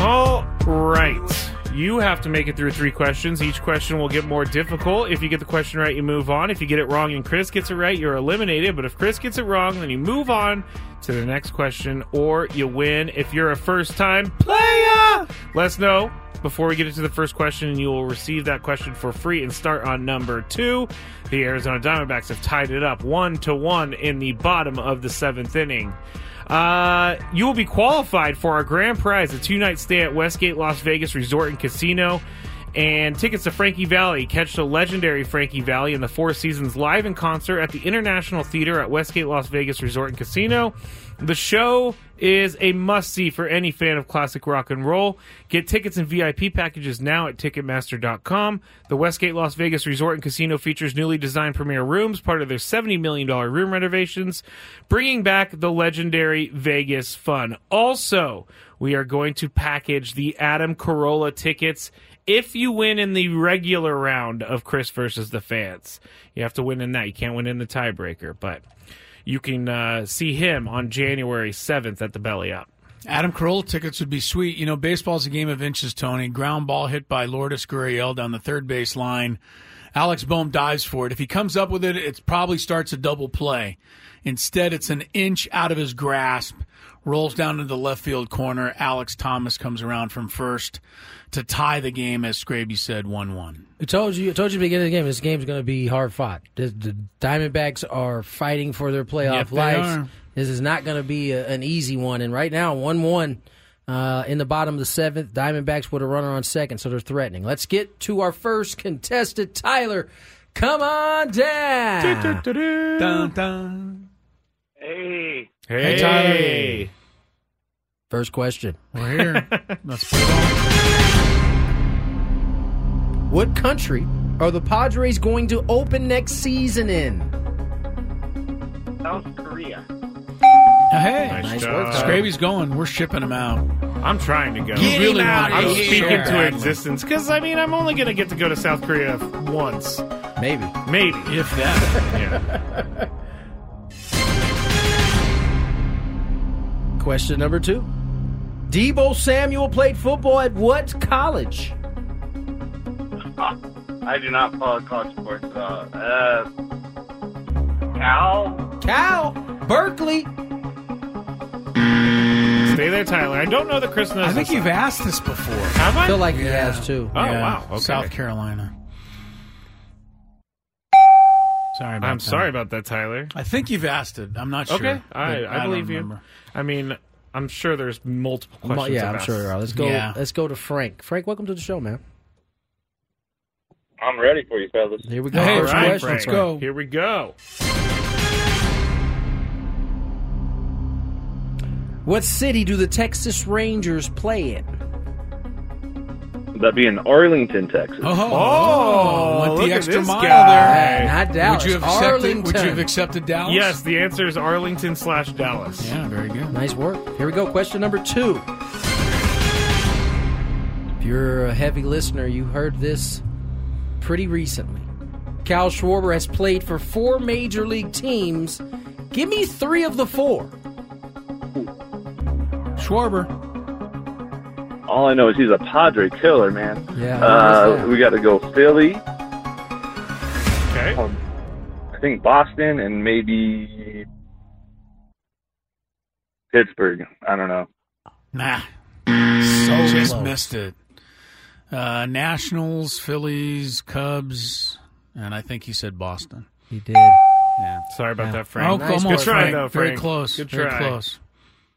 All right. You have to make it through three questions. Each question will get more difficult. If you get the question right, you move on. If you get it wrong and Chris gets it right, you're eliminated. But if Chris gets it wrong, then you move on to the next question or you win. If you're a first time player, let us know before we get into the first question, and you will receive that question for free and start on number two. The Arizona Diamondbacks have tied it up one to one in the bottom of the seventh inning. Uh, you will be qualified for our grand prize, a two night stay at Westgate Las Vegas Resort and Casino. And tickets to Frankie Valley. Catch the legendary Frankie Valley and the Four Seasons live in concert at the International Theater at Westgate Las Vegas Resort and Casino. The show is a must see for any fan of classic rock and roll. Get tickets and VIP packages now at Ticketmaster.com. The Westgate Las Vegas Resort and Casino features newly designed premier rooms, part of their $70 million room renovations, bringing back the legendary Vegas fun. Also, we are going to package the Adam Carolla tickets if you win in the regular round of Chris versus the fans. You have to win in that. You can't win in the tiebreaker, but you can uh, see him on January 7th at the Belly Up. Adam Carolla tickets would be sweet. You know, baseball's a game of inches, Tony. Ground ball hit by Lourdes Gurriel down the third base line. Alex Bohm dives for it. If he comes up with it, it probably starts a double play. Instead, it's an inch out of his grasp, rolls down into the left field corner. Alex Thomas comes around from first to tie the game, as Scraby said, 1 1. I told you, I told you at the beginning of the game, this game's going to be hard fought. The, the Diamondbacks are fighting for their playoff Yep, they lives. are. This is not going to be a, an easy one. And right now, 1 1 uh, in the bottom of the seventh, Diamondbacks with a runner on second, so they're threatening. Let's get to our first contestant, Tyler. Come on down. Dun, dun. Hey. Hey, Tyler. First question. We're here. What country are the Padres going to open next season in? South Korea. Hey, Nice work, job. Scraby's going. We're shipping him out. I'm trying to go. You really want to I'm go so speaking to badly. existence because I mean I'm only going to get to go to South Korea once, maybe, maybe if that. yeah. Question number two. Debo Samuel played football at what college? I do not follow college sports at all. Uh, Cal? Cal? Berkeley? Stay there, Tyler. I don't know that Chris knows. I think this. you've asked this before. Have I? feel like he has too. Oh, wow. Okay. South Carolina. Sorry about I'm that. sorry about that, Tyler. I think you've asked it. I'm not sure. Okay, I, but I, don't believe you. remember. I mean, I'm sure there's multiple Mo- questions. yeah, I've I'm sure there asked. are. Let's go. Yeah. Let's go to Frank. Frank, welcome to the show, man. I'm ready for you, fellas. Here we go. All First right, question, Frank. Frank. Here we go. What city do the Texas Rangers play in? That'd be in Arlington, Texas. Oh. Oh, went look the at extra this mile guy. there. Yeah, not Would Dallas, you have accepted? Would you Arlington. have accepted Dallas? Yes, the answer is Arlington slash Dallas. Yeah, very good. Nice work. Here we go. Question number two. If you're a heavy listener, you heard this pretty recently. Cal Schwarber has played for four major league teams. Give me three of the four. Schwarber. All I know is he's a Padre killer, man. Yeah, what is Uh, that? we got to go Philly. Okay. Oh. Um, I think Boston and maybe Pittsburgh. I don't know. Nah. So just missed it. Uh, Nationals, Phillies, Cubs, and I think he said Boston. He did. Yeah. Sorry about that, Frank. Oh, come on, Good try, Frank. though, Frank. Very close. Good Very try. close.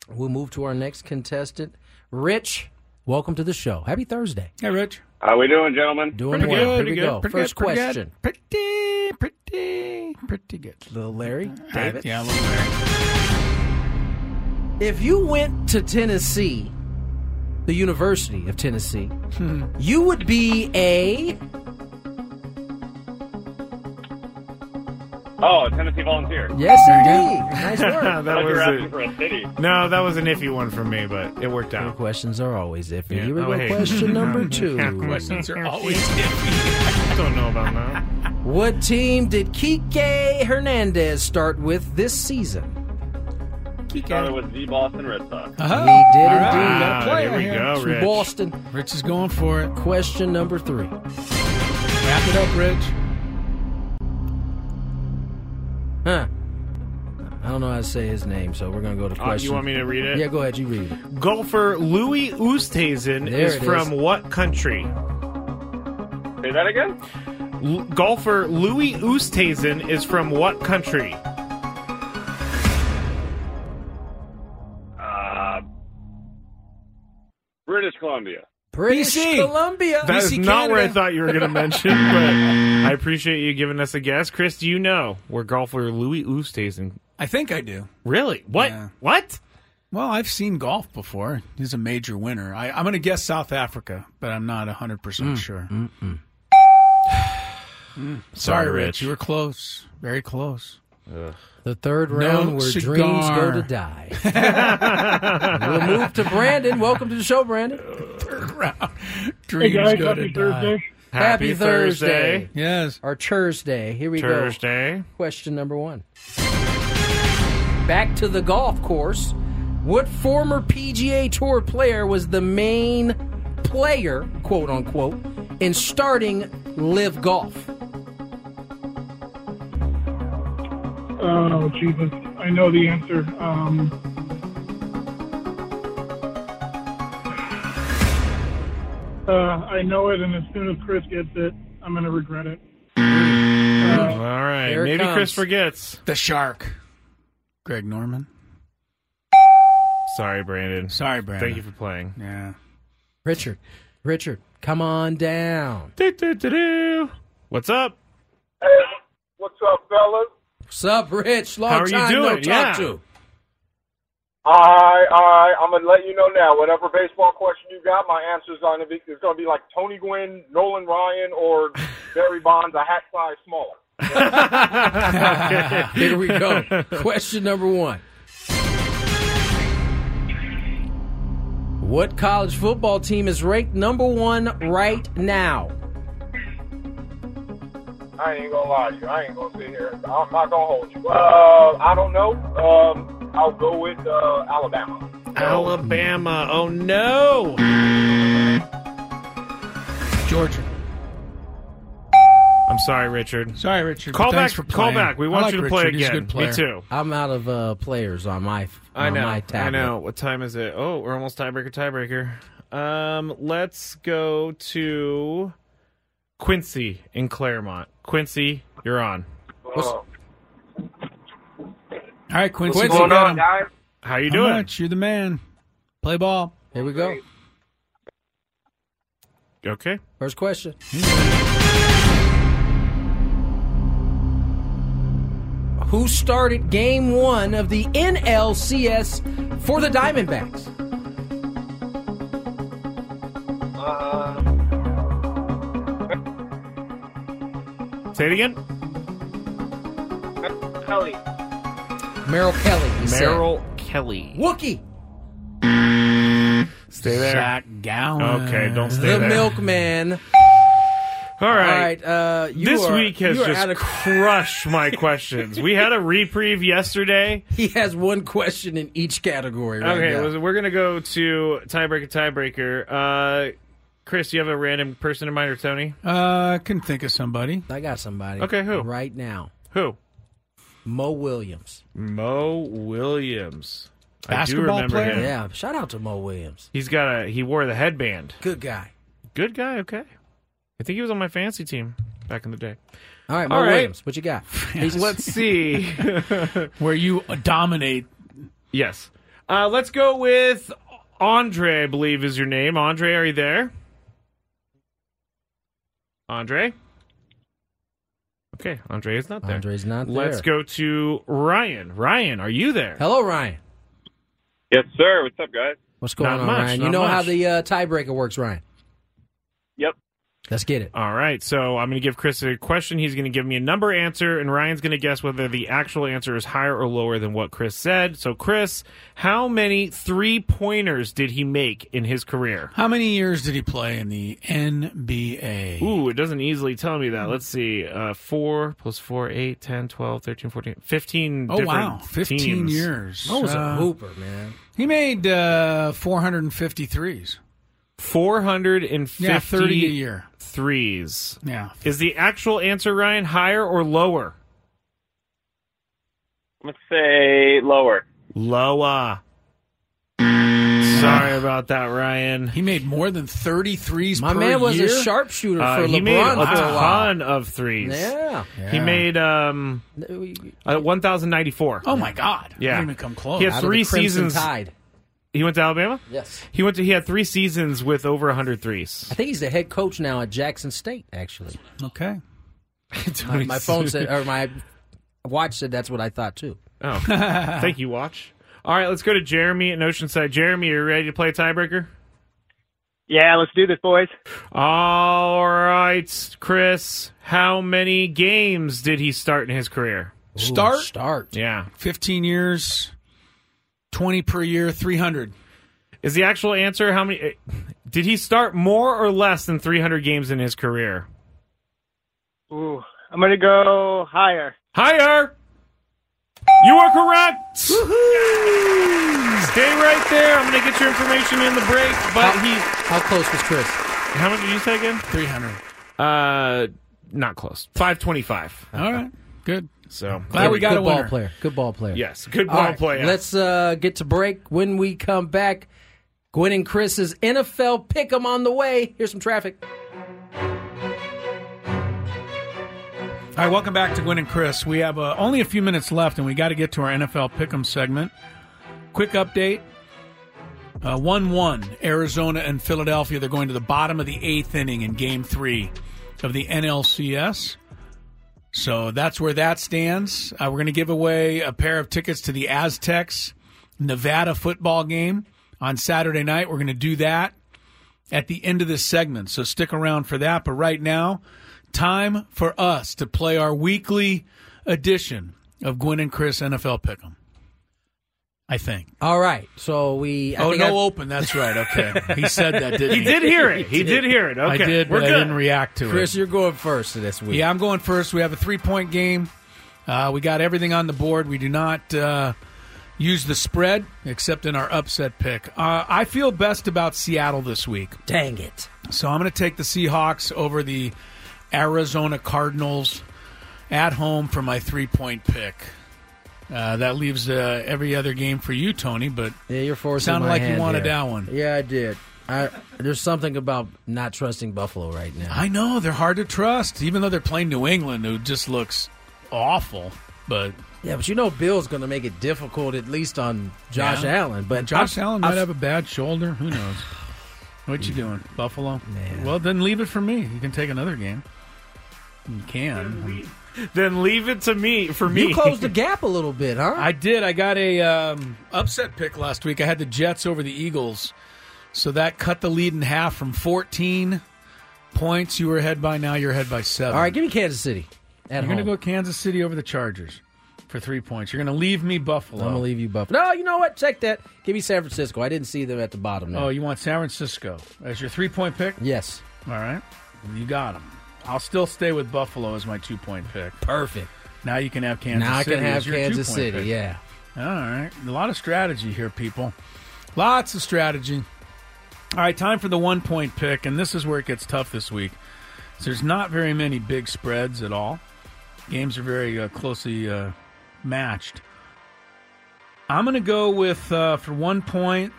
We'll move to our next contestant, Rich. Welcome to the show. Happy Thursday. Hey, Rich. How we doing, gentlemen? Doing well. Here we go. First question. Pretty, pretty, pretty good. Little Larry. David. Yeah, a little Larry. If you went to Tennessee, the University of Tennessee, you would be a Oh, Tennessee Volunteer. yes indeed. Nice work. that was a- for a city. no, that was an iffy one for me, but it worked out. Questions are always iffy. Yeah. Here we Oh, go. hey. Question number two. Questions are always iffy. I don't know about that. What team did Kike Hernandez start with this season? Started with the Boston Red Sox. Uh-huh. He did All right. indeed. Got a Wow, player there Ah, we here. go, It's from Oh, Rich. Boston. Rich is going for it. Question number three. Wrap it up, Rich. Huh. I don't know how to say his name, so we're going to go to Uh, question. you want me to read it? Yeah, go ahead. You read it. Golfer Louis Oosthuizen There is it is. from what country? Say that again? L- golfer Louis Oosthuizen is from what country? Uh, British Columbia. British BC. Columbia. That is BC not where I Canada. thought you were going to mention, but I appreciate you giving us a guess. Chris, do you know where golfer Louis Oosthuizen? I think I do. Really? What? Yeah. What? Well, I've seen golf before. He's a major winner. I, I'm going to guess South Africa, but I'm not 100% sure. Mm. Sorry, Sorry, Rich. Rich. You were close. Very close. The third No round where cigar. dreams go to die. we'll move to Brandon. Welcome to the show, Brandon. Dreams guys, go to happy die. Thursday. Happy Thursday. Yes. Our Thursday. Here we go. Thursday. Question number one. Back to the golf course. What former PGA Tour player was the main player, quote unquote, in starting Live Golf? Oh Jesus! I know the answer. Um, uh, I know it, and as soon as Chris gets it, I'm gonna regret it. All right. Here it Maybe Chris comes. forgets. The shark. Greg Norman. Sorry, Brandon. Sorry, Brandon. Thank you for playing. Yeah. Richard, Richard, come on down. What's up? What's up, fellas? What's up, Rich? Long How are you time no doing? talk Yeah. to. I, I, I'm gonna let you know now. Whatever baseball question you got, my answer's gonna be it's gonna be like Tony Gwynn, Nolan Ryan, or Barry Bonds, a hat size smaller. Here we go. Question number one. What college football team is ranked number one right now? I ain't gonna lie to you. I ain't gonna sit here. I'm not gonna hold you. Uh, I don't know. Um, I'll go with uh, Alabama. Alabama. Oh no. Georgia. I'm sorry, Richard. Sorry, Richard. Call Thanks back. for call playing. back. We I want like you to play Richard. He's a again. good player. Me too. I'm out of uh, players on my I on know. my I tablet. know. What time is it? Oh, we're almost tiebreaker. Tiebreaker. Um, let's go to Quincy in Claremont. Quincy, you're on. All right, Quincy. What's go going get on, him. guys? How you doing? How much? You're the man. Uh, Play ball. Here we go. Okay. First question. Who started game one of the NLCS for the Diamondbacks? Say it again. Kelly. Merrill Kelly. you said. Merrill Kelly. Wookie. Stay there. Zach Gowen. Okay, don't stay the there. milkman. All right. uh, you this are- week has you are just out of- crushed my questions. We had a reprieve yesterday. He has one question in each category. Right Okay, now. well, we're gonna go to tiebreaker. Tiebreaker. Uh, Chris, do you have a random person in mind, or Tony? Uh, I can think of somebody. I got somebody. Okay, who? Right now. Who? Mo Williams. Mo Williams. I do Basketball remember player? him. Yeah, shout out to Mo Williams. He's got a. He wore the headband. Good guy. Good guy. Okay. I think he was on my fantasy team back in the day. All right, Mo All right. Williams, what you got? He's- Let's see. Where you dominate. Yes. Uh, let's go with Andre, I believe is your name. Andre, are you there? Andre? Okay, Andre is not there. Andre's not there. Let's go to Ryan. Ryan, are you there? Hello, Ryan. Yes, sir. What's up, guys? What's going Not on, much, Ryan? not You know how much. the uh, tiebreaker works, Ryan. Yep. Let's get it. All right, so I'm going to give Chris a question. He's going to give me a number answer, and Ryan's going to guess whether the actual answer is higher or lower than what Chris said. So, Chris, how many three pointers did he make in his career? How many years did he play in the NBA? Ooh, it doesn't easily tell me that. Let's see. Uh, 4 plus 4, 8, 10, 12, 13, 14, 15 Oh, different wow. 15 teams. years. Mo's a Uh, hooper, man. He made uh, 453s. 450 Yeah, 30 a year. threes. Yeah. Is the actual answer, Ryan, higher or lower? Let's say lower. Lower. Sorry about that, Ryan. He made more than 33s My per man was year? a sharpshooter Uh, for he LeBron made a for a while. ton of threes. Yeah. He Yeah. made um, uh, 1,094. Oh, my God. Yeah. Didn't even come close. He had Out of the three Crimson seasons. Tide. He went to Alabama? Yes. He went to he had three seasons with over 100 threes. I think he's the head coach now at Jackson State, actually. Okay. My, my phone said, or my watch said that's what I thought, too. Oh, thank you, Watch. All right, let's go to Jeremy in Oceanside. Jeremy, are you ready to play tiebreaker? Yeah, let's do this, boys. All right, Chris. How many games did he start in his career? Start? Start. Yeah. 15 years, 20 per year, 300. Is the actual answer how many? eh, Did he start more or less than 300 games in his career? Ooh, I'm gonna go higher. Higher. You are correct. Stay right there. I'm going to get your information in the break. But How- he. How close was Chris? How much did you say again? 300. Uh, not close. 525. All right. Good. So Good- good ball player. Good ball player. Yes, good All ball right, player. Let's uh, get to break. When we come back, Gwen and Chris's NFL pick 'em on the way. Here's some traffic. All right, welcome back to Gwen and Chris. We have uh, only a few minutes left, and we got to get to our NFL Pick'em segment. Quick update: Uh, one one Arizona and Philadelphia. They're going to the bottom of the eighth inning in Game Three of the NLCS. So that's where that stands. Uh, we're going to give away a pair of tickets to the Aztecs Nevada football game on Saturday night. We're going to do that at the end of this segment. So stick around for that. But right now, time for us to play our weekly edition of Gwen and Chris NFL Pick'em. I think. All right. So we. I oh, think no I- open. That's right. Okay. He said that, didn't he? He did hear it. He did hear it. I Okay. did, We're but I good. didn't react to Chris, it. you're going first this week. Yeah, I'm going first. We have a three point game. Uh, we got everything on the board. We do not uh, use the spread except in our upset pick. Uh, I feel best about Seattle this week. Dang it. So I'm going to take the Seahawks over the Arizona Cardinals at home for my three point pick. Uh, that leaves uh, every other game for you, Tony. But yeah, you're forcing. Sounded my like you hand wanted here. that one. Yeah, I did. I, there's something about not trusting Buffalo right now. I know they're hard to trust, even though they're playing New England, who just looks awful. But Yeah, but you know Bill's going to make it difficult, at least on Josh Yeah. Allen. But Josh I've- Allen I've- might have a bad shoulder. Who knows? What you doing, Buffalo? Well, then leave it for me. You can take another game. You can. Then leave it to me for me. you closed the gap a little bit, huh? I did. I got a um, upset pick last week. I had the Jets over the Eagles, so that cut the lead in half from 14 points. You were ahead by now. You're ahead by seven. All right, give me Kansas City. At You're going to home. go Kansas City over the Chargers for three points. You're going to leave me Buffalo. I'm gonna leave you Buffalo. No, you know what? Check that. Give me San Francisco. I didn't see them at the bottom. Now. Oh, you want San Francisco as your three point pick? yes, All right. You got them. I'll still stay with Buffalo as my two point pick. perfect. Now you can have Kansas now I City. can as have your Kansas two-point City. pick. Yeah. All right. A lot of strategy here, people. Lots of strategy. All right, time for the one point pick, and this is where it gets tough this week. So there's not very many big spreads at all. Games are very uh, closely uh, matched. I'm going to go with, uh, for one point,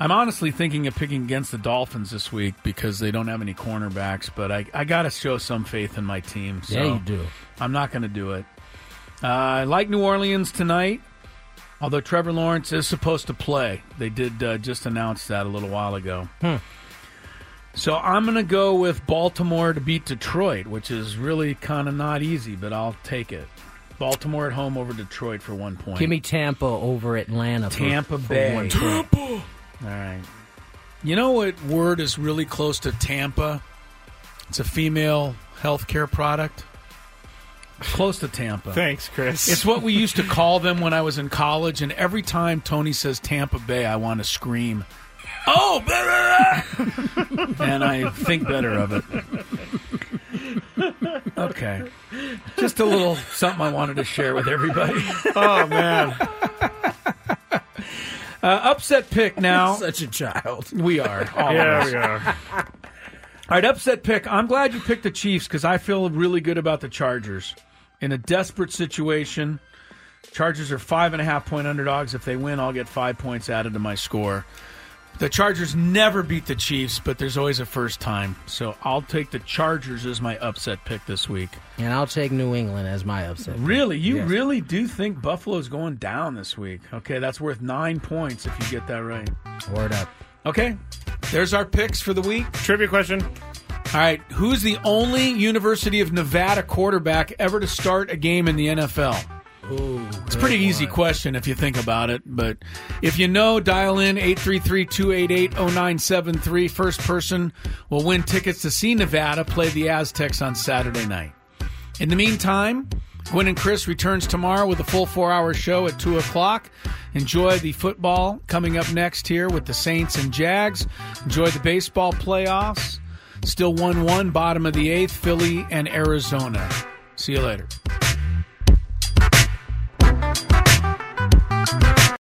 I'm honestly thinking of picking against the Dolphins this week because they don't have any cornerbacks, but I, I got to show some faith in my team. So Yeah, you do. I'm not going to do it. Uh, I like New Orleans tonight, although Trevor Lawrence is supposed to play. They did uh, just announce that a little while ago. So I'm going to go with Baltimore to beat Detroit, which is really kind of not easy, but I'll take it. Baltimore at home over Detroit for one point. Give me Tampa over Atlanta. for- Tampa for Bay. one. All right. You know what word is really close to Tampa? It's a female healthcare product. Close to Tampa. Thanks, Chris. It's what we used to call them when I was in college, and every time Tony says Tampa Bay, I want to scream, "Oh!" blah, blah, blah," and I think better of it. Okay, just a little something I wanted to share with everybody. oh man, Uh, upset pick now. Such a child. We are. All of yeah, us. we are. All right, upset pick. I'm glad you picked the Chiefs because I feel really good about the Chargers. In a desperate situation, Chargers are five and a half point underdogs. If they win, I'll get five points added to my score. The Chargers never beat the Chiefs, but there's always a first time. So I'll take the Chargers as my upset pick this week. And I'll take New England as my upset. Really? You Yes. really do think Buffalo's going down this week? Okay, that's worth nine points if you get that right. Word up. Okay, there's our picks for the week. Trivia question. All right, who's the only University of Nevada quarterback ever to start a game in the NFL? it's a pretty easy question if you think about it, but if you know, dial in 833-288-0973. First person will win tickets to see Nevada play the Aztecs on Saturday night. In the meantime, Gwen and Chris returns tomorrow with a full four-hour show at 2 o'clock. Enjoy the football coming up next here with the Saints and Jags. Enjoy the baseball playoffs. Still 1 1, bottom of the eighth, Philly and Arizona. See you later.